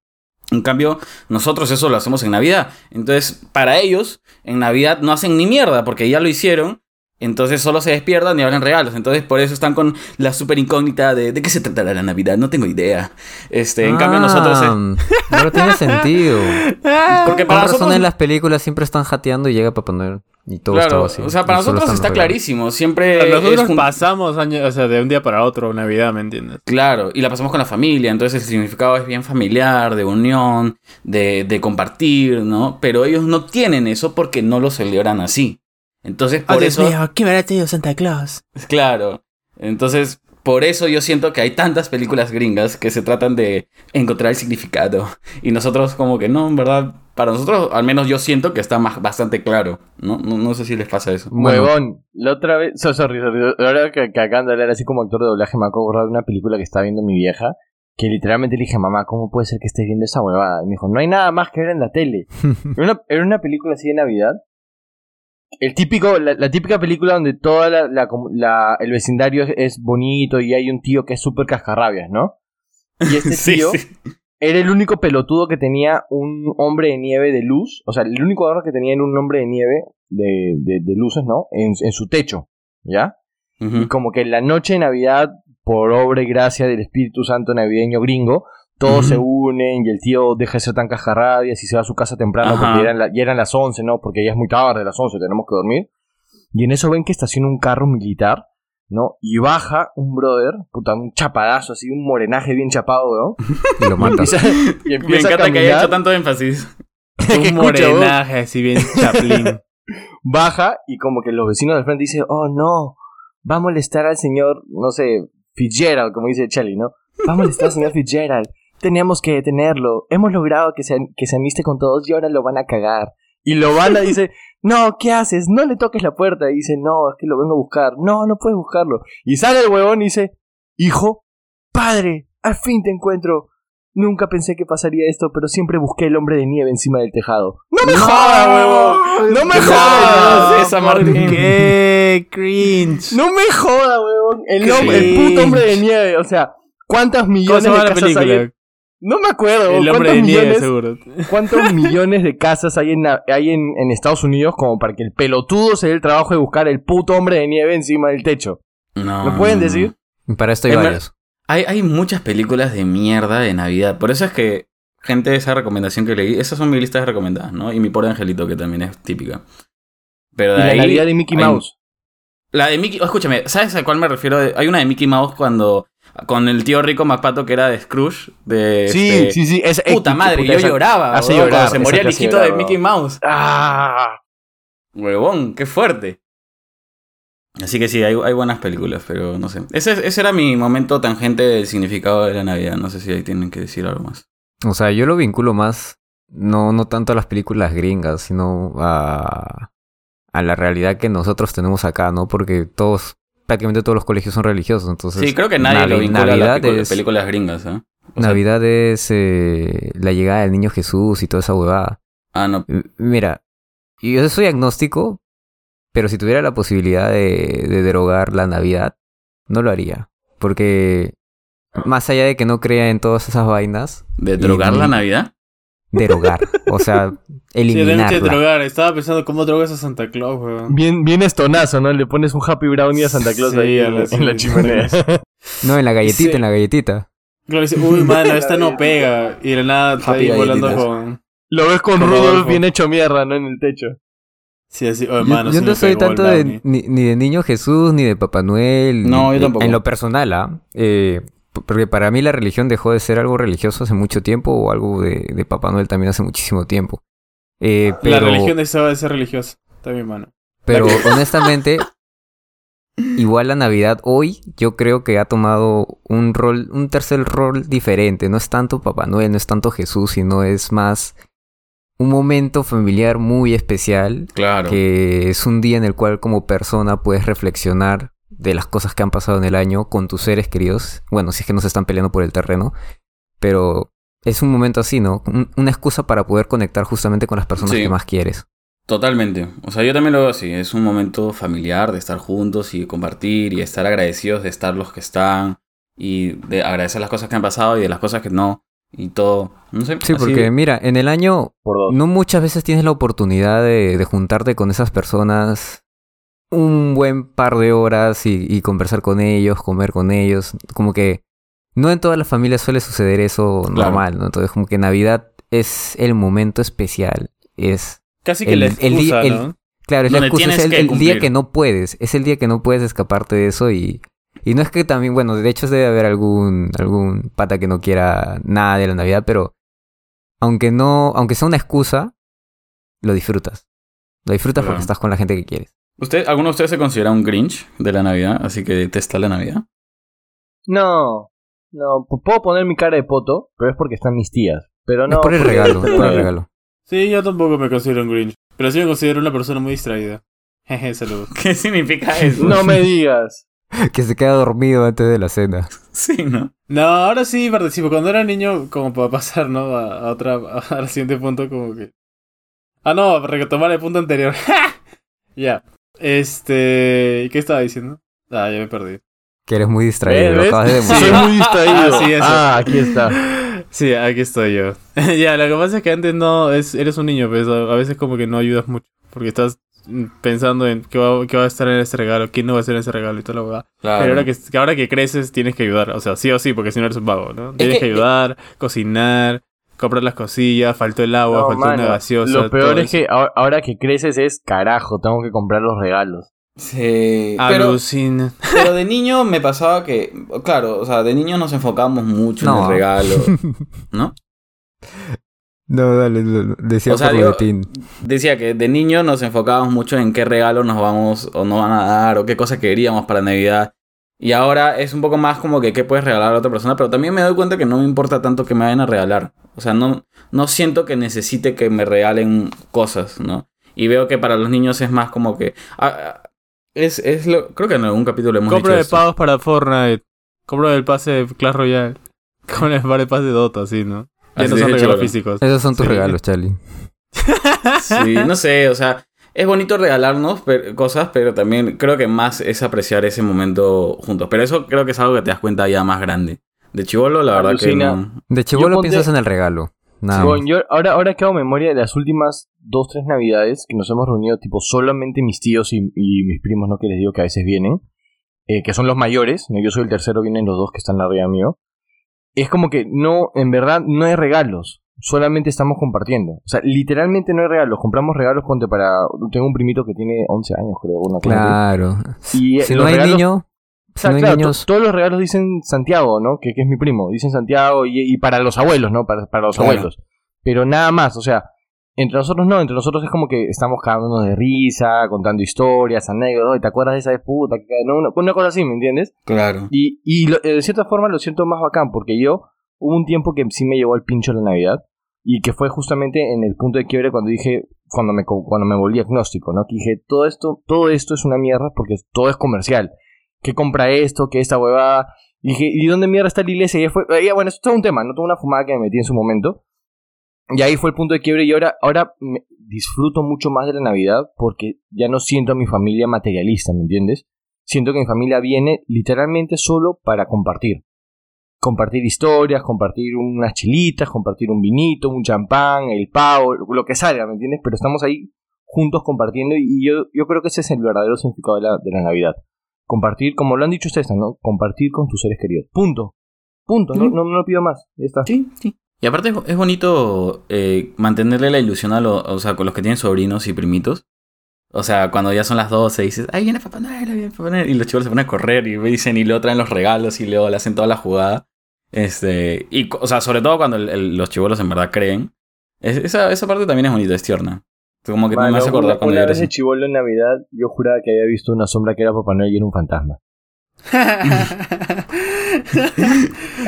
S1: En cambio, nosotros eso lo hacemos en Navidad. Entonces, para ellos, en Navidad no hacen ni mierda porque ya lo hicieron. Entonces solo se despiertan y abren regalos. Entonces por eso están con la super incógnita de ¿de qué se tratará la Navidad? No tengo idea. Este, en
S3: Ah.
S1: cambio nosotros... es-
S3: No tiene sentido.
S2: Ah.
S1: porque
S3: Por
S1: para
S3: razón
S1: nosotros...
S3: en las películas siempre están jateando y llega Papá Noel. Y todo
S1: claro,
S3: está vacío.
S1: o sea, para
S3: Y solo
S1: nosotros
S3: están
S1: está
S3: los regalos.
S1: clarísimo. Siempre...
S2: Pero
S1: es
S2: Nosotros
S1: jun-
S2: pasamos años, o sea, de un día para otro, Navidad, ¿me entiendes?
S1: Claro, y la pasamos con la familia, entonces el significado es bien familiar, de unión, de, de compartir, ¿no? Pero ellos no tienen eso porque no lo celebran así. Entonces,
S4: Ah,
S1: por eso...
S2: Oh, qué barato yo Santa Claus.
S1: Claro. Entonces, por eso yo siento que hay tantas películas gringas que se tratan de encontrar el significado. Y nosotros como que no, en verdad, para nosotros al menos yo siento que está más, bastante claro. ¿no? No, no sé si les pasa eso.
S3: Bueno.
S4: Huevón, la otra vez, so- sorry, sorry, ahora que, que acaban de hablar así como actor de doblaje, me acabo de acordar de una película que estaba viendo mi vieja, que literalmente le dije, mamá, ¿cómo puede ser que estés viendo esa huevada? Y me dijo, no hay nada más que ver en la tele. Era una, era una película así de Navidad. El típico, la, la típica película donde todo la, la com- la- el vecindario es, es bonito y hay un tío que es súper cascarrabias, ¿no? Y este tío era el único pelotudo que tenía un hombre de nieve de luz. O sea, el único adorno que tenía era un hombre de nieve de, de- de luces, ¿no? En, en su techo, ¿ya?
S1: Ujú.
S4: Y como que en la noche de Navidad, por obra y gracia del Espíritu Santo navideño gringo, Todos
S1: Ujú.
S4: se unen y el tío deja de ser tan cajarrabias y se va a su casa temprano
S1: Ajá.
S4: porque ya eran, la- ya eran las 11, ¿no? Porque ya es muy tarde, las 11, tenemos que dormir. Y en eso ven que estaciona un carro militar, ¿no? Y baja un brother, puta, un chapadazo así, un morenaje bien chapado, ¿no?
S3: Y lo matas.
S4: Empieza- y
S1: Me
S4: empieza a
S1: encanta que haya
S4: caminar.
S1: hecho tanto énfasis.
S4: escucha,
S2: Un morenaje así bien chaplín.
S4: baja y como que los vecinos del frente dicen, oh no, va a molestar al señor, no sé, Fitzgerald, como dice Chelly, ¿no? Va a molestar al señor Fitzgerald, teníamos que detenerlo, hemos logrado que se, que se amiste con todos y ahora lo van a cagar. Y Lobana dice, no, ¿qué haces? No le toques la puerta. Y dice, no, es que lo vengo a buscar. No, no puedes buscarlo. Y sale el huevón y dice, hijo, padre, al fin te encuentro. Nunca pensé que pasaría esto, pero siempre busqué el hombre de nieve encima del tejado. ¡No me jodas, huevón! ¡No me
S1: No,
S4: jodas!
S1: esa
S2: ¿Por
S1: Martín.
S2: qué? Cringe.
S4: ¡No me jodas, weón! El,
S2: Qué
S4: hombre, el
S2: cringe.
S4: puto hombre de nieve. O sea, ¿cuántas
S2: ¿Cómo
S4: millones
S2: se
S4: de
S2: llama la
S4: casas hay?
S2: película?
S4: en- No me acuerdo. weón.
S2: El hombre
S4: ¿Cuántos,
S2: de nieve,
S4: millones,
S2: seguro.
S4: ¿Cuántos millones de casas hay, en, la- hay en, en Estados Unidos como para que el pelotudo se dé el trabajo de buscar el puto hombre de nieve encima del techo?
S1: No.
S4: ¿Lo pueden decir?
S3: Para esto hay
S1: Es ver-
S3: varios.
S1: Hay, hay muchas películas de mierda de Navidad. Por eso es que, gente, esa recomendación que leí, esas son mis listas de recomendadas, ¿no? Y mi pobre angelito, que también es típica. Pero de
S4: Y la
S1: ahí-
S4: Navidad de Mickey
S1: hay-
S4: Mouse.
S1: La de Mickey, oh, escúchame, ¿sabes a cuál me refiero? Hay una de Mickey Mouse cuando. con el tío rico Macpato que era de Scrooge. De,
S4: Sí,
S1: este,
S4: sí, sí. es-
S1: Puta
S4: es-
S1: madre,
S4: puta,
S1: yo
S4: esa-
S1: lloraba.
S4: hace
S1: weón,
S4: llorar,
S1: cuando se moría el
S4: esa clase
S1: hijito
S4: llorar,
S1: de
S4: weón.
S1: Mickey Mouse.
S4: ¡Ah!
S1: Huevón, qué fuerte. Así que sí, hay, hay buenas películas, pero no sé. Ese, ese era mi momento tangente del significado de la Navidad. No sé si ahí tienen que decir algo más.
S3: O sea, yo lo vinculo más, no, no tanto a las películas gringas, sino a, a la realidad que nosotros tenemos acá, ¿no? Porque todos, prácticamente todos los colegios son religiosos, entonces...
S1: Sí, creo que nadie lo
S3: Navi-
S1: vincula a las
S3: Navidad
S1: películas,
S3: es-
S1: películas gringas, ¿eh? O sea,
S3: Navidad es eh, la llegada del niño Jesús y toda esa huevada.
S1: ah, no.
S3: M- Mira, yo soy agnóstico, pero si tuviera la posibilidad de, de derogar la Navidad, no lo haría. Porque más allá de que no crea en todas esas vainas,
S1: ¿De drogar
S3: Y-
S1: la Navidad?
S3: derogar, o sea,
S2: Sí, tenemos que
S3: eliminarla.
S2: drogar. Estaba pensando cómo drogas a Santa Claus, weón.
S4: Bien, bien estonazo, ¿no? Le pones un Happy Brownie a Santa Claus
S2: Sí,
S4: ahí
S2: a
S4: en,
S2: la-
S4: en la
S2: sí.
S4: chimenea.
S3: No, en la galletita,
S2: Sí.
S3: en la galletita.
S2: Claro, dice, uy, mano, esta no pega. Y de la nada está
S1: Happy
S2: ahí volando
S1: galletitas.
S2: con.
S4: Lo ves con
S2: Con
S4: Rudolph
S2: Rodolfo.
S4: bien hecho mierda, ¿no? En el techo.
S2: Sí, así, oye,
S3: Yo-
S2: mano.
S3: yo
S2: sí
S3: no
S2: me
S3: soy
S2: pegó el
S3: tanto de,
S2: brownie.
S3: ni, ni de Niño Jesús, ni de Papá Noel.
S1: No,
S3: ni-
S1: yo tampoco.
S3: En lo personal, ¿ah? Eh, p- porque para mí la religión dejó de ser algo religioso hace mucho tiempo o algo de, de Papá Noel también hace muchísimo tiempo. Eh, pero,
S2: La religión deseaba de ser religiosa. Está bien, mano.
S3: pero honestamente, igual la Navidad hoy yo creo que ha tomado un rol, un tercer rol diferente. No es tanto Papá Noel, no es tanto Jesús, sino es más un momento familiar muy especial
S1: Claro.
S3: que es un día en el cual como persona puedes reflexionar de las cosas que han pasado en el año con tus seres queridos. Bueno, si es que no se están peleando por el terreno, pero es un momento así, ¿no? Un- una excusa para poder conectar justamente con las personas
S1: Sí.
S3: que más quieres.
S1: Totalmente. O sea, yo también lo veo así. Es un momento familiar de estar juntos y compartir y estar agradecidos de estar los que están y de agradecer las cosas que han pasado y de las cosas que no y todo. No sé.
S3: Sí,
S1: así-
S3: porque mira, en el año
S4: Por dos.
S3: no muchas veces tienes la oportunidad de, de juntarte con esas personas un buen par de horas y, y conversar con ellos, comer con ellos. Como que no en todas las familias suele suceder eso
S1: Claro.
S3: normal, ¿no? Entonces como que Navidad es el momento especial. Es,
S2: Casi que
S3: El-
S2: la
S3: el
S2: excusa,
S3: día- el-
S2: ¿no?
S3: claro, es
S1: Donde
S3: la excusa,
S1: tienes
S3: es el,
S1: que
S3: el
S1: cumplir.
S3: día que no puedes, es el día que no puedes escaparte de eso y... Y no es que también, bueno, de hecho debe haber algún, algún pata que no quiera nada de la Navidad, pero aunque no, aunque sea una excusa, lo disfrutas. Lo disfrutas
S1: Claro.
S3: porque estás con la gente que quieres.
S1: ¿Usted, ¿Alguno de ustedes se considera un Grinch de la Navidad? Así que detesta la Navidad.
S4: No, no, p- puedo poner mi cara de poto, pero es porque están mis tías. Pero no.
S3: es por el
S4: porque-
S3: regalo, es por el regalo.
S2: Sí, yo tampoco me considero un Grinch. Pero sí me considero una persona muy distraída. Jeje, saludos.
S1: ¿Qué significa eso?
S4: No me digas.
S3: Que se queda dormido antes de la cena.
S1: Sí, ¿no?
S2: No, ahora sí participo. Cuando era niño, como para pasar, ¿no? A, a otra, a- al siguiente punto, como que. Ah, no, para retomar el punto anterior. ¡Ja! ya. Este. ¿Qué estaba diciendo? Ah, ya me perdí.
S3: Que eres muy distraído,
S4: ¿Ves?
S3: lo acabas de demostrar.
S4: Soy muy distraído.
S2: Ah, sí, eso.
S4: Ah, aquí está.
S2: Sí, aquí estoy yo. pues, ya, lo que pasa es que antes no. Es, eres un niño, pero a veces como que no ayudas mucho. Porque estás mm, pensando en qué va, qué va a estar en ese regalo, quién no va a estar en ese regalo y toda la huevada.
S1: Claro.
S2: Pero ahora que, que ahora que creces tienes que ayudar, o sea, sí o sí, porque si no eres un vago, ¿no? Tienes
S3: que-
S2: que,
S4: eh,
S2: ayudar, cocinar, comprar las cosillas, faltó el agua,
S4: No,
S2: faltó
S4: mano,
S2: una gaseosa.
S4: Lo peor
S2: todo
S4: es que ahora, ahora que creces es carajo, tengo que comprar los regalos.
S1: Sí.
S2: eso.
S1: Pero,
S2: Alucina.
S1: pero de niño me pasaba que, claro, o sea, de niño nos enfocábamos mucho en
S3: No.
S1: el regalo, ¿no?
S3: No, dale, lo- lo- decía
S1: O sea,
S3: por
S1: digo-
S3: boletín.
S1: Decía que de niño nos enfocábamos mucho en qué regalo nos vamos o nos van a dar o qué cosa queríamos para Navidad. Y ahora es un poco más como que qué puedes regalar a otra persona, pero también me doy cuenta que no me importa tanto que me vayan a regalar. O sea, no, no siento que necesite que me regalen cosas, ¿no? Y veo que para los niños es más como que... ah, ah, es, es lo, creo que en algún capítulo hemos
S2: Compra
S1: dicho
S2: de
S1: esto.
S2: pagos para Fortnite. Compra el pase de Clash Royale. Compra el par de pase de Dota, así, ¿no? Ya
S1: Así
S2: no son
S1: de
S2: regalos
S1: cholo.
S2: físicos.
S3: Esos son tus
S2: Sí.
S3: regalos, Charlie.
S1: Sí, no sé, o sea, es bonito regalarnos per- cosas, pero también creo que más es apreciar ese momento juntos. Pero eso creo que es algo que te das cuenta ya más grande. De chivolo, la verdad
S4: Alucina.
S1: que no.
S3: De chivolo
S4: ponte-
S3: piensas en el regalo. Nada.
S4: Con-
S3: más.
S4: yo ahora, ahora que hago memoria de las últimas dos, tres navidades que nos hemos reunido, tipo solamente mis tíos y, y mis primos, ¿no? Que les digo que a veces vienen, eh, que son los mayores, ¿no? Yo soy el tercero, vienen los dos que están arriba mío. Es como que no, en verdad, no hay regalos. Solamente estamos compartiendo. O sea, literalmente no hay regalos. Compramos regalos ponte para... Tengo un primito que tiene 11 años, creo. Una cosa así.
S3: Claro.
S4: Y, eh,
S3: si
S4: los
S3: no hay
S4: regalos-
S3: niño,
S4: O
S3: si
S4: sea,
S3: no hay
S4: claro,
S3: niños.
S4: to- todos los regalos dicen Santiago, ¿no? Que, que es mi primo. Dicen Santiago y, y para los abuelos, ¿no? Para, para los
S1: Claro.
S4: abuelos. Pero nada más, o sea, entre nosotros no, entre nosotros es como que estamos cagándonos de risa, contando historias, anécdotas, "Ay, ¿te acuerdas de esa vez, puta? Que- no, una, una cosa así, ¿me entiendes?
S1: Claro.
S4: Y, y lo- de cierta forma lo siento más bacán, porque yo hubo un tiempo que sí me llevó al pincho la Navidad, y que fue justamente en el punto de quiebre cuando dije, cuando me, co- cuando me volví agnóstico, ¿no? Que dije, todo esto, todo esto es una mierda porque todo es comercial. ¿Qué compra esto? ¿Qué esta huevada? Y dije, ¿y dónde mierda está la iglesia? Y ya fue, ya, bueno, esto es todo un tema, no toda una fumada que me metí en su momento. Y ahí fue el punto de quiebre y ahora, ahora me- disfruto mucho más de la Navidad porque ya no siento a mi familia materialista, ¿me entiendes? Siento que mi familia viene literalmente solo para compartir. Compartir historias, compartir unas chilitas, compartir un vinito, un champán, el pavo, lo que salga, ¿me entiendes? Pero estamos ahí juntos compartiendo y yo, yo creo que ese es el verdadero significado de la, de la Navidad. Compartir, como lo han dicho ustedes, ¿no? Compartir con tus seres queridos. Punto. Punto. No, no, no pido más. Ya está.
S1: Sí, sí. Y aparte es, es bonito eh, mantenerle la ilusión a los, o sea, con los que tienen sobrinos y primitos. O sea, cuando ya son las 12 dices, ahí viene Papá Noel, ahí viene Papá Noel", Y los chicos se ponen a correr y dicen, y luego traen los regalos y luego le hacen toda la jugada. Este, y, co- o sea, sobre todo cuando el- el- los chivolos en verdad creen. Es- esa, esa parte también es bonita, es tierna. Como que me hace acordar
S4: una,
S1: cuando yo
S4: vez
S1: crecí.
S4: de chivolo en Navidad, yo juraba que había visto una sombra que era Papá Noel y era un fantasma.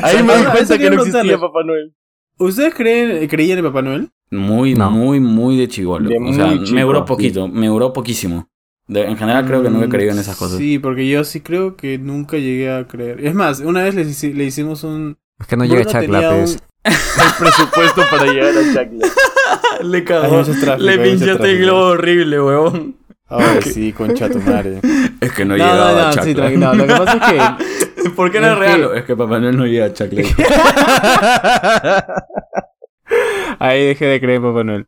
S4: Ahí me di
S2: Ahora, eso
S4: cuenta que
S2: quiero
S4: no existía
S2: preguntarles.
S4: Papá Noel.
S2: ¿Ustedes creen, creían en Papá Noel?
S1: Muy,
S3: No.
S1: muy, muy de chivolo.
S4: De
S1: O sea,
S4: muy chico,
S1: me duró
S4: sí.
S1: poquito, me duró poquísimo. De- en general Ah, creo que no he
S2: Mm,
S1: creído en esas cosas.
S2: Sí, porque yo sí creo que nunca llegué a creer. Es más, una vez le, hici- le hicimos un...
S3: Es que no llega
S2: Bruno tenía
S3: Chacla, pues.
S2: un-
S4: el presupuesto para llegar a Chacla.
S1: Le este
S2: Hay mucho tráfico, hay mucho tráfico.
S1: horrible, huevón.
S2: Ay, sí, concha tu madre.
S1: Es que no,
S2: No,
S1: llegaba
S2: no,
S1: a
S2: no, sí,
S1: Chacla.
S2: tranquilo. Lo que pasa es que
S1: ¿Por qué no
S2: Es
S1: es
S2: que-
S1: regalo? Es que Papá Noel no llega a Chacla.
S2: Ahí dejé de creer en Papá Noel.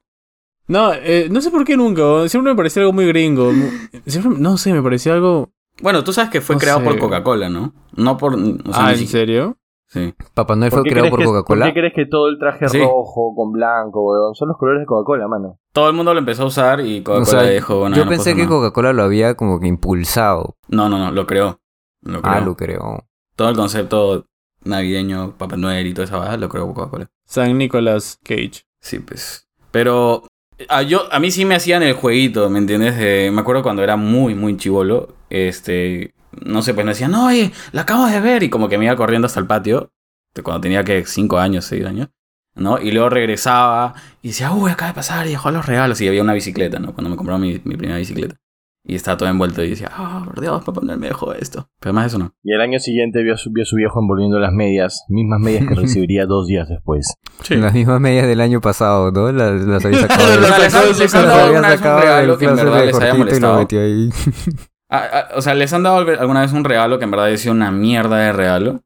S2: No, eh, no sé por qué nunca. ¿no? Siempre me parecía algo muy gringo. mu- Siempre, no sé, me parecía algo.
S1: bueno, tú sabes que fue
S2: No
S1: creado
S2: sé.
S1: por Coca-Cola, ¿no? No por... o sea,
S2: ah,
S1: ni
S2: ¿en
S1: si-
S2: serio?
S1: sí.
S3: Papá Noel fue
S4: qué
S3: creado
S4: crees
S3: por
S4: que-
S3: Coca-Cola.
S4: ¿Por qué crees que todo el traje
S1: Sí.
S4: rojo con blanco, weón? Son los colores de Coca-Cola, mano.
S1: Todo el mundo lo empezó a usar y Coca-Cola
S3: O sea,
S1: dijo... Bueno,
S3: Yo
S1: no
S3: pensé
S1: pasa
S3: que
S1: nada.
S3: Coca-Cola lo había como que impulsado.
S1: No, no, no, lo creó. Lo creó.
S3: Ah, lo creo.
S1: Todo el concepto navideño, Papá Noel y toda esa baja lo creó Coca-Cola.
S2: San Nicolás Cage.
S1: Sí, pues. Pero a, yo, a mí sí me hacían el jueguito, ¿me entiendes? Eh, me acuerdo cuando era muy, muy chivolo. Este, no sé, pues me decían, no, oye, la acabo de ver. Y como que me iba corriendo hasta el patio, de cuando tenía que 5 años, 6 años, ¿no? Y luego regresaba y decía, uy, acaba de pasar y dejó los regalos. Y había una bicicleta, ¿no? Cuando me compraron mi, mi primera bicicleta. Y estaba todo envuelto y decía, ah, por Dios, papá, no me dejó esto. Pero más de eso no.
S4: Y el año siguiente vio a, su, vio a su viejo envolviendo las medias, mismas medias que recibiría dos días después.
S1: Sí.
S3: Las mismas medias del año pasado, ¿no? Las, las había sacado.
S1: O
S3: de-
S1: sea,
S3: las
S1: les han- les han dado alguna
S3: había
S1: vez un
S3: sacado del
S1: regalo que en
S3: closet
S1: verdad
S3: de
S1: les haya
S3: cortito y lo
S1: molestado.
S3: metió ahí.
S1: Ah, ah, o sea, ¿les han dado alguna vez un regalo que en verdad decía una mierda de regalo?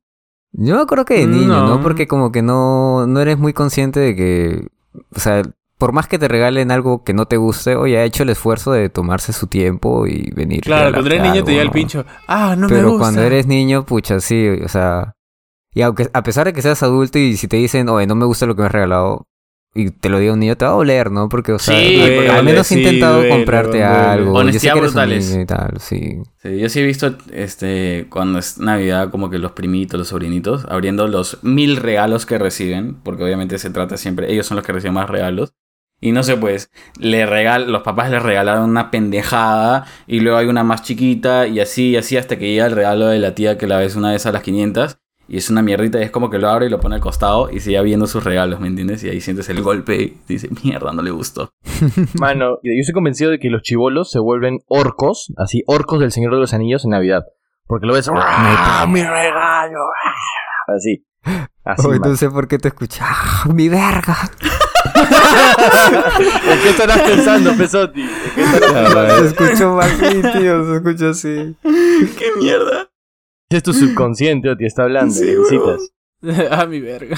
S3: Yo me acuerdo que de niño,
S2: No.
S3: ¿no? Porque como que no, no eres muy consciente de que, o sea, por más que te regalen algo que no te guste, oye, ha hecho el esfuerzo de tomarse su tiempo y venir.
S2: Claro, cuando eres
S3: regalarte
S2: niño te llega el
S3: algo, ¿no?
S2: pincho. Ah, no me
S3: Pero
S2: gusta.
S3: cuando eres niño, pucha, sí, o sea. Y aunque a pesar de que seas adulto y si te dicen, oye, no me gusta lo que me has regalado, y te lo diga un niño, te va a doler, ¿no? Porque, o sea,
S1: Sí, porque
S3: al
S1: duele,
S3: menos he
S2: sí,
S3: intentado
S2: duele,
S3: comprarte
S2: duele.
S3: algo. Yo sé
S1: Honestidad
S3: que eres un
S1: brutales.
S3: niño y tal, sí.
S1: Sí, yo sí he visto este cuando es Navidad, como que los primitos, los sobrinitos, abriendo los mil regalos que reciben, porque obviamente se trata siempre, ellos son los que reciben más regalos. Y no sé, pues, le regal, los papás les regalaron una pendejada y luego hay una más chiquita y así y así hasta que llega el regalo de la tía que la ves una vez a las 500 y es una mierdita y es como que lo abre y lo pone al costado y sigue viendo sus regalos, ¿me entiendes? Y ahí sientes el golpe y dices, mierda, no le gustó.
S4: Mano, yo estoy convencido de que los chivolos se vuelven orcos, así orcos del Señor de los Anillos en Navidad. Porque lo ves, ¡ah, mi regalo! ¡ah! Así. Así.
S3: Oye,
S4: man.
S3: no sé por qué te escuchas. ¡Ah, mi verga!
S4: ¿En qué estarás pensando, Pesotti? ¿En qué estarás pensando?
S3: se escuchó mal, sí, tío, se escucha así.
S1: ¡Qué mierda!
S4: Es tu subconsciente, te está hablando.
S1: Sí,
S4: le
S1: huevón.
S4: visitas.
S2: ah, mi verga.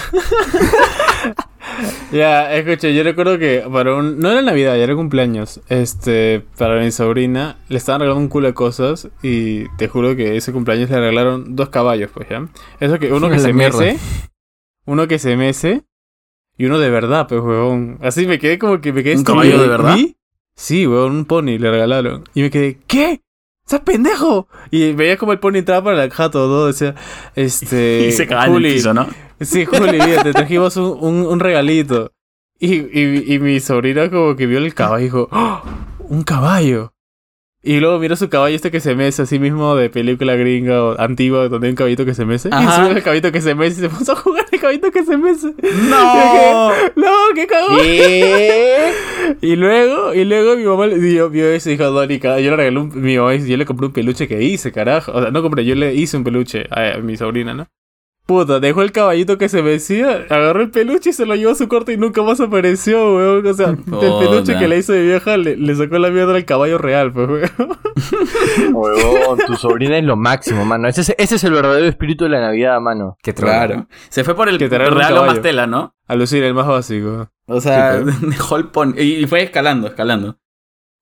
S2: ya, escuché, yo recuerdo que para un. No era Navidad, ya era cumpleaños. Este, para mi sobrina, le estaban regalando un culo de cosas. Y te juro que ese cumpleaños le regalaron dos caballos, pues ya. Eso que uno que
S3: La
S2: se
S3: mierda.
S2: mece. Uno que se mece. Y uno de verdad, pues, huevón. Así me quedé como que me quedé.
S1: ¿Un
S2: estúpido.
S1: caballo de verdad?
S2: ¿Vi? Sí, huevón, un pony le regalaron. Y me quedé, ¿qué? ¡Estás pendejo! Y veía como el pony entraba para la jato, todo, decía, este...
S1: y se cagan en el
S2: Juli,
S1: piso, ¿no?
S2: Sí, Juli, mira, te trajimos un, un- un regalito. Y, y- y mi sobrina como que vio el caballo y dijo, "¡Oh! ¡Un caballo! Y luego miró su caballo este que se mece, así mismo de película gringa o antigua, donde hay un caballito que se mece.
S1: Ajá.
S2: Y subió el caballito que se mece y se puso a jugar el caballito que se mece.
S1: ¡No!
S2: ¡No, qué cagón! Y luego, y luego mi mamá le dio, vio eso y dijo, Dónica, yo le regalé un, mi mamá dice, yo le compré un peluche que hice, carajo. O sea, no compré, yo le hice un peluche a, a mi sobrina, ¿no? Puta, dejó el caballito que se vencía, agarró el peluche y se lo llevó a su corte y nunca más apareció, weón. O sea,
S1: Puta.
S2: el peluche que le hizo de vieja le, le sacó la mierda al caballo real, pues, weón.
S4: Huevón, tu sobrina es lo máximo, mano. Ese es, ese es el verdadero espíritu de la Navidad, mano.
S3: Qué trono.
S1: Claro. Se fue por el
S2: Que te regalen un
S1: regalo
S2: caballo.
S1: más tela, ¿no?
S2: Alucina, el más básico.
S1: O sea,
S3: Ah.
S2: Sí,
S1: dejó el pon- Y y fue escalando, escalando.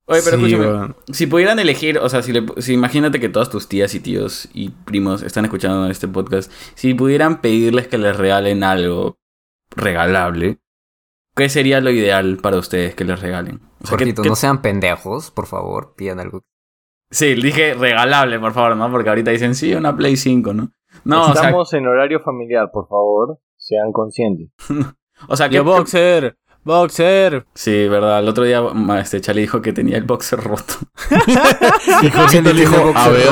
S1: Oye, pero
S2: Sí,
S1: escúchame.
S2: weón.
S1: Si pudieran elegir, o sea, si, le- si imagínate que todas tus tías y tíos y primos están escuchando este podcast, si pudieran pedirles que les regalen algo regalable, ¿qué sería lo ideal para ustedes que les regalen? O sea, ¿qué-
S3: Jorgito,
S1: qué-
S3: no sean pendejos, por favor, pidan algo.
S1: Sí, dije regalable, por favor, ¿no? Porque ahorita dicen, sí, una Play 5, ¿no? No, o sea,
S4: Estamos en horario familiar, por favor. Sean conscientes.
S1: o sea, ¿qué-
S2: Yo, boxer, boxer.
S1: Sí, verdad. El otro día ma, este Charlie dijo que tenía el boxer roto.
S4: Y Jorgito le dijo, a ver,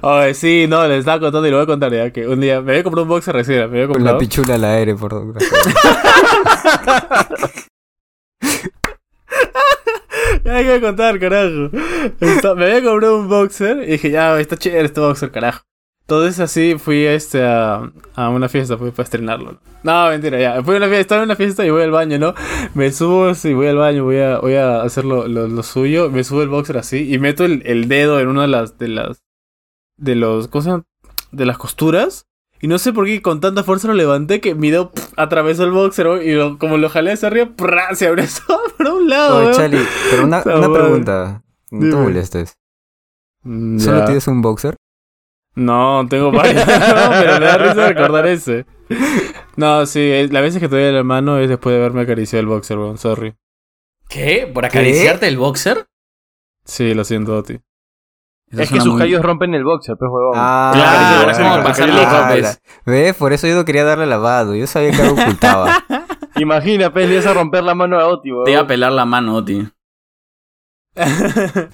S2: Oye, sí, no, les estaba contando y lo voy a contar ya, que un día me había comprado un boxer recién, me había
S3: Con la
S2: comprado.
S3: pichula al aire, perdón.
S2: Ya hay que contar, carajo. Está- me había comprado un boxer y dije, ya, está chévere este boxer, carajo. Entonces así fui este, a, a una fiesta pues, para estrenarlo. No, mentira, ya. Fui a una fiesta, estaba en una fiesta y voy al baño, ¿no? Me subo así, voy al baño, voy a, voy a hacer lo, lo- lo suyo. Me subo el boxer así y meto el, el dedo en una de las... De las... De los... ¿Cómo se llama? De las costuras. Y no sé por qué con tanta fuerza lo levanté que mi dedo pf, atravesó el boxer weón, y lo- como lo jalé hacia arriba, ¡prá! se abrió por un lado.
S3: Oye,
S2: weón.
S3: Chali, pero una,
S2: Esta
S3: una
S2: madre.
S3: pregunta. No te
S2: Dime.
S3: molestes.
S2: Mm,
S3: ¿Solo
S2: ya.
S3: tienes un boxer?
S2: No, tengo varios, no, pero me da risa recordar ese. No, sí, es- la vez que te doy la mano es después de haberme acariciado el boxer, weón, sorry.
S1: ¿Qué? ¿Por acariciarte el boxer?
S2: Sí, lo siento, Oti.
S1: Eso
S4: Es que
S1: suena
S4: sus
S1: muy-
S4: callos rompen el boxer, pues, huevón.
S1: Ah. claro,
S4: es como pasar
S3: ah,
S4: loco,
S1: pues.
S3: la- ¿Ves? Por eso yo no quería darle lavado. Yo sabía que algo ocultaba.
S4: Imagina, pues, le vas a romper la mano a Oti, huevón.
S1: Te iba a pelar la mano, tío.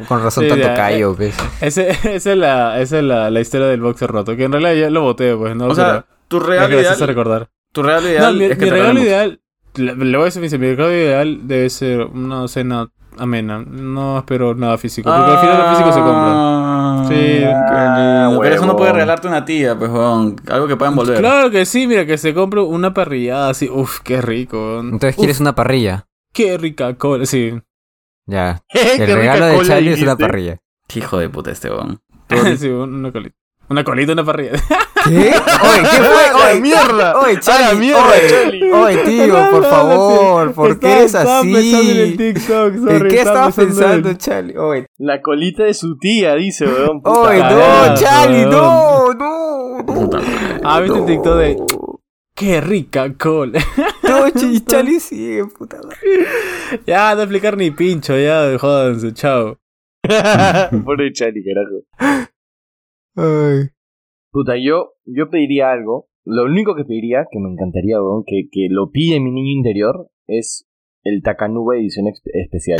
S3: Con razón
S2: Sí,
S3: tanto
S2: ya,
S3: callo, ¿ves?
S2: Ese, esa es, la, esa es la, la historia del boxer roto, que en realidad ya lo boté, pues, ¿no?
S1: O sea, tu
S2: pero es
S1: regalo
S2: gracioso
S1: ideal,
S2: recordar.
S1: tu regalo
S2: No,
S1: ideal
S2: mi,
S1: es que
S2: mi
S1: te
S2: regalo
S1: regalen un-
S2: ideal, le le voy a decir, mi mi regalo ideal debe ser una cena amena. No espero nada físico, porque al final lo físico se compra.
S1: Ah,
S2: Sí.
S1: qué lindo. Pero eso no
S4: huevón.
S1: puede regalarte una tía, pues, huevón. Algo que pueda envolver.
S2: Claro que sí, mira, que se compre una parrillada así, uff, qué rico, weón.
S3: Entonces
S2: Uf,
S3: quieres una parrilla.
S2: Qué rica cola, sí.
S3: Ya.
S4: Qué
S3: El
S4: rica
S3: regalo de
S4: cola
S3: Chali es una
S4: dijiste.
S3: parrilla.
S1: Qué hijo de puta este, huevón.
S2: sí, un- una colita. Una colita, una parrilla.
S3: ¿Qué? Oye, ¿qué fue?
S4: ¡A la
S3: Oye,
S4: mierda!
S3: oye,
S4: ¡A la
S3: Charlie,
S4: mierda,
S3: oye.
S4: Charlie!
S3: Oye, tío, por favor, ¿por qué eres así? ¿En qué estabas pensando, Charlie? Oye,
S4: La colita de su tía, dice, weón. puta
S3: oye,
S2: cagada,
S3: no, Charlie, no,
S2: weón.
S3: no,
S1: Puta
S3: no.
S1: madre.
S2: Ah, viste el
S3: no.
S2: TikTok de. ¡Qué rica cola!
S3: No, Ch- y Charlie sí, puta madre.
S2: ya, no explicar ni pincho, ya, jódanse, chao.
S4: Pobre Charlie, carajo.
S3: Ay.
S4: Puta, yo, yo pediría algo. Lo único que pediría, que me encantaría, weón, que, que lo pide mi niño interior, es el Takanuba edición ex- especial.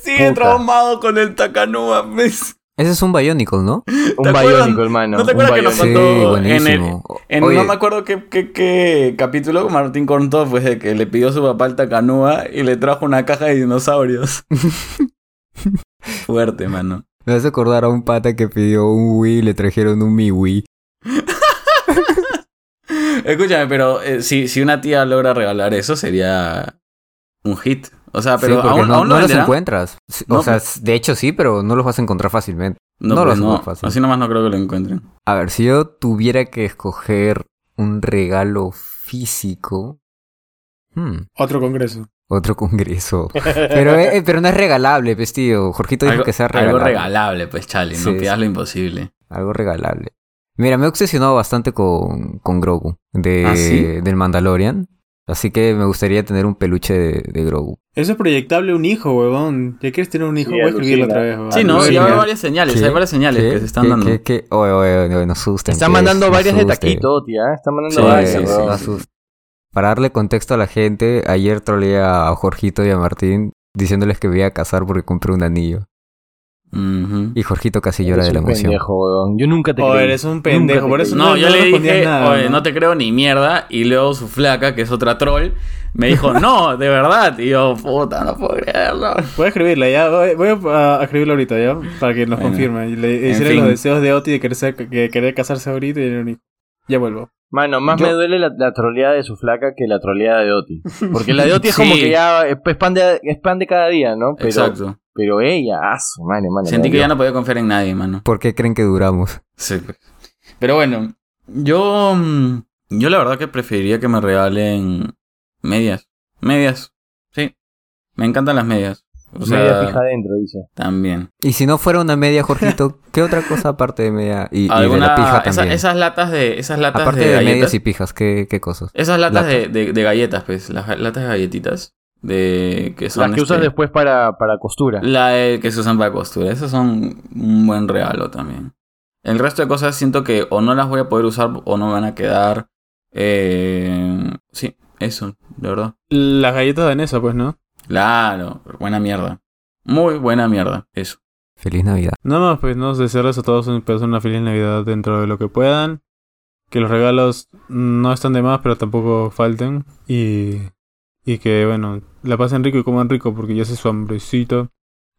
S1: Sigue
S4: Puta.
S1: traumado con el Takanuma. ¿ves?
S3: Ese es un Bionicle, ¿no?
S4: un
S1: acuerdas?
S4: bayónico, hermano.
S1: ¿No te
S4: un
S1: acuerdas que nos
S4: bionicle.
S1: Cuando
S3: Sí,
S1: en el-
S3: buenísimo.
S1: En,
S3: Oye,
S1: no me acuerdo qué, qué, qué capítulo Martín contó, pues de que le pidió a su papá el Takanuma y le trajo una caja de dinosaurios. Fuerte, mano.
S3: me hace acordar a un pata que pidió un Wii y le trajeron un MiWii.
S1: Escúchame, pero eh, si, si una tía logra regalar eso, sería un hit. O sea,
S3: Sí,
S1: Ah, pero
S3: porque
S1: aún,
S3: no,
S1: aún
S3: no
S1: lo
S3: los
S1: venderán.
S3: encuentras. Sí,
S1: No, pues-
S3: O sea, de hecho sí, pero no los vas a encontrar fácilmente.
S1: No,
S3: No
S1: pues,
S3: lo
S1: no.
S3: hacen fácil.
S1: Así nomás no creo que lo encuentren.
S3: A ver, si yo tuviera que escoger un regalo físico. hmm,
S2: Otro congreso.
S3: otro congreso. Pero, eh, pero no es regalable, pues, tío. Jorgito dijo
S1: Algo,
S3: que sea
S1: algo
S3: regalable.
S1: regalable, pues, Charlie.
S3: Sí,
S1: no pidas
S3: sí.
S1: lo imposible.
S3: Algo regalable. Mira, me he obsesionado bastante con, con Grogu de,
S1: ¿Ah, sí?
S3: del Mandalorian. Así que me gustaría tener un peluche de, de Grogu.
S2: Eso es proyectable un hijo, huevón. Ya quieres tener un hijo,
S4: Sí,
S2: voy a escribirlo
S4: alucina.
S2: otra vez, huevón.
S1: Sí, no,
S4: sí,
S1: ya hay
S4: ¿no?
S1: varias señales.
S3: ¿Qué?
S1: Hay varias señales
S3: ¿Qué?
S1: que se están
S3: ¿Qué?
S1: dando.
S3: ¿Qué? ¿Qué? Oye, oye, oye, no asusten.
S4: Está
S3: pues,
S4: mandando
S3: no
S4: varias de
S3: asusten.
S4: taquito, tía. Está mandando
S1: Sí,
S4: varias,
S1: sí, sí,
S4: weón.
S3: no asus- Para darle contexto a la gente, ayer troleé a Jorgito y a Martín diciéndoles que me iba a casar porque compré un anillo.
S1: Ujú.
S3: Y Jorgito casi llora
S4: Eres
S3: de la
S4: un
S3: emoción.
S4: pendejo, weón. Yo nunca te
S2: O
S4: creí.
S2: eres un pendejo,
S4: Nunca te
S2: por eso
S4: creí.
S1: No,
S2: No,
S1: yo
S2: no
S1: le
S2: respondías
S1: dije,
S2: nada,
S1: oye,
S2: ¿no?
S1: ¿no? te creo ni mierda. Y luego su flaca, que es otra troll, me dijo, no, de verdad. Y yo, puta, no puedo creerlo.
S2: Voy a escribirla ya, voy, voy a, a escribirla ahorita ya, para que nos
S1: Bueno,
S2: confirme. Y le
S1: en
S2: hicieron
S1: fin.
S2: los deseos de Oti de querer, ser- que querer casarse ahorita y tener un hijo. Ya vuelvo.
S4: Mano, más
S3: Yo-
S4: me duele la, la troleada de su flaca que la troleada de Oti. Porque la de Oti es
S1: Sí.
S4: como que ya es pan de, es pan de cada día, ¿no? Pero,
S1: Exacto.
S4: pero ella, ah, su madre, mano.
S1: Sentí que ya no podía confiar en nadie, mano.
S3: ¿Por qué creen que duramos?
S1: Sí, pues. Pero bueno, yo. mm, Yo la verdad que preferiría que me regalen medias. Medias. Sí. Me encantan las medias. O sea,
S4: Media fija adentro, dice.
S1: también.
S3: Y si no fuera una media, Jorgito, ¿qué otra cosa aparte de media y, y de
S1: Alguna-
S3: la pija
S1: esa-
S3: también?
S1: esas latas de. Esas latas
S3: aparte
S1: de,
S3: de,
S1: galletas.
S3: medias y pijas, ¿qué, qué cosas?
S1: Esas latas
S3: Latas.
S1: de, de- de galletas, pues. Las ga- latas de galletitas. De. Que son
S4: Las que usas
S1: este,
S4: después para, para costura.
S1: La de que se usan para costura. Esas son un buen regalo también. El resto de cosas siento que o no las voy a poder usar o no me van a quedar. Eh, sí, eso, de verdad.
S2: Las galletas danesa, pues, ¿no?
S1: Claro, buena mierda. Muy buena mierda, eso.
S3: Feliz Navidad.
S2: Nada más, pues, nos desearles a todos un- pues, una feliz Navidad dentro de lo que puedan. Que los regalos no están de más, pero tampoco falten. Y, y que, bueno, la pasen rico y coman rico porque ya se su hambrecito.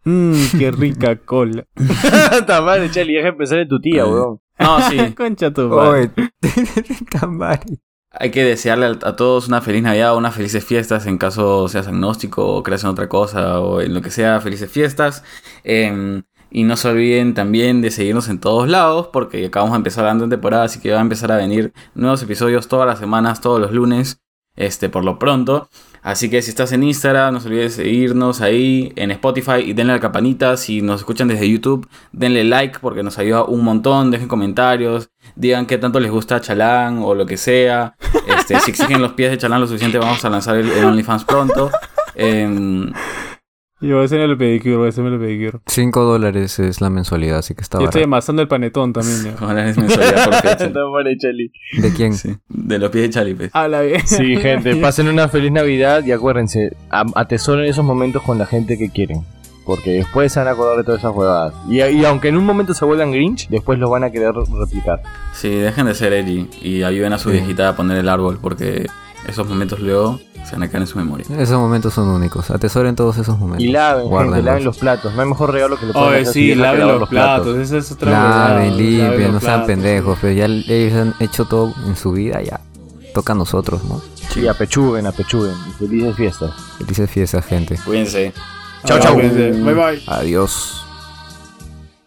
S2: Mmm, qué rica cola.
S4: Está mal, Charlie, deja de pensar en tu tía,
S1: Eh.
S4: weón.
S1: No, sí,
S2: Concha tu madre.
S3: Oye, tamari.
S1: hay que desearle a a todos una feliz Navidad, unas felices fiestas en caso seas agnóstico o creas en otra cosa o en lo que sea, felices fiestas. Em, y no se olviden también de seguirnos en todos lados porque acabamos de empezar la nueva temporada, así que va a empezar a venir nuevos episodios todas las semanas, todos los lunes, este por lo pronto. Así que si estás en Instagram, no se olviden de seguirnos ahí en Spotify y denle a la campanita. Si nos escuchan desde YouTube, denle like porque nos ayuda un montón. Dejen comentarios, digan qué tanto les gusta Chalán o lo que sea. Este, si exigen los pies de Chalán lo suficiente, vamos a lanzar el, el OnlyFans pronto. Em,
S2: Yo voy a hacerme el pedicure, voy a hacerme el pedicure.
S3: 5 dólares es la mensualidad, así que está
S2: Yo estoy
S3: barato.
S2: amasando el panetón también, ya.
S1: ojalá les mensualidad por
S4: Está
S1: fecha.
S4: mal, Charlie.
S3: ¿De quién?
S1: Sí, de los pies de Chali, pues.
S2: Habla bien.
S4: Sí, gente, pasen una feliz Navidad y acuérdense, am- atesoren esos momentos con la gente que quieren. Porque después se van a acordar de todas esas huevadas. Y, y aunque en un momento se vuelvan Grinch, después los van a querer replicar.
S1: Sí, dejen de ser Edgy y ayuden a su
S3: Sí.
S1: viejita a poner el árbol porque esos momentos luego se van a quedar en su memoria.
S3: Esos momentos son únicos. Atesoren todos esos momentos.
S4: Y laven, gente,
S3: Guárdenlos.
S4: laven los platos. No hay mejor regalo que le puedan
S2: Oye,
S4: hacer a su
S2: sí,
S4: vieja que
S2: laven
S4: lavar
S2: los platos. Esa es otra huevada,
S3: Laven, limpian,
S2: laven
S3: no
S2: los
S3: sean
S2: platos.
S3: pendejos, pero ya ellos han hecho todo en su vida, ya. Toca a nosotros, ¿no?
S4: Sí, apechuguen, apechuguen. Y felices fiestas.
S3: Felices fiestas, gente.
S1: Cuídense.
S4: Chau, chau.
S2: Bye, bye.
S3: Adiós.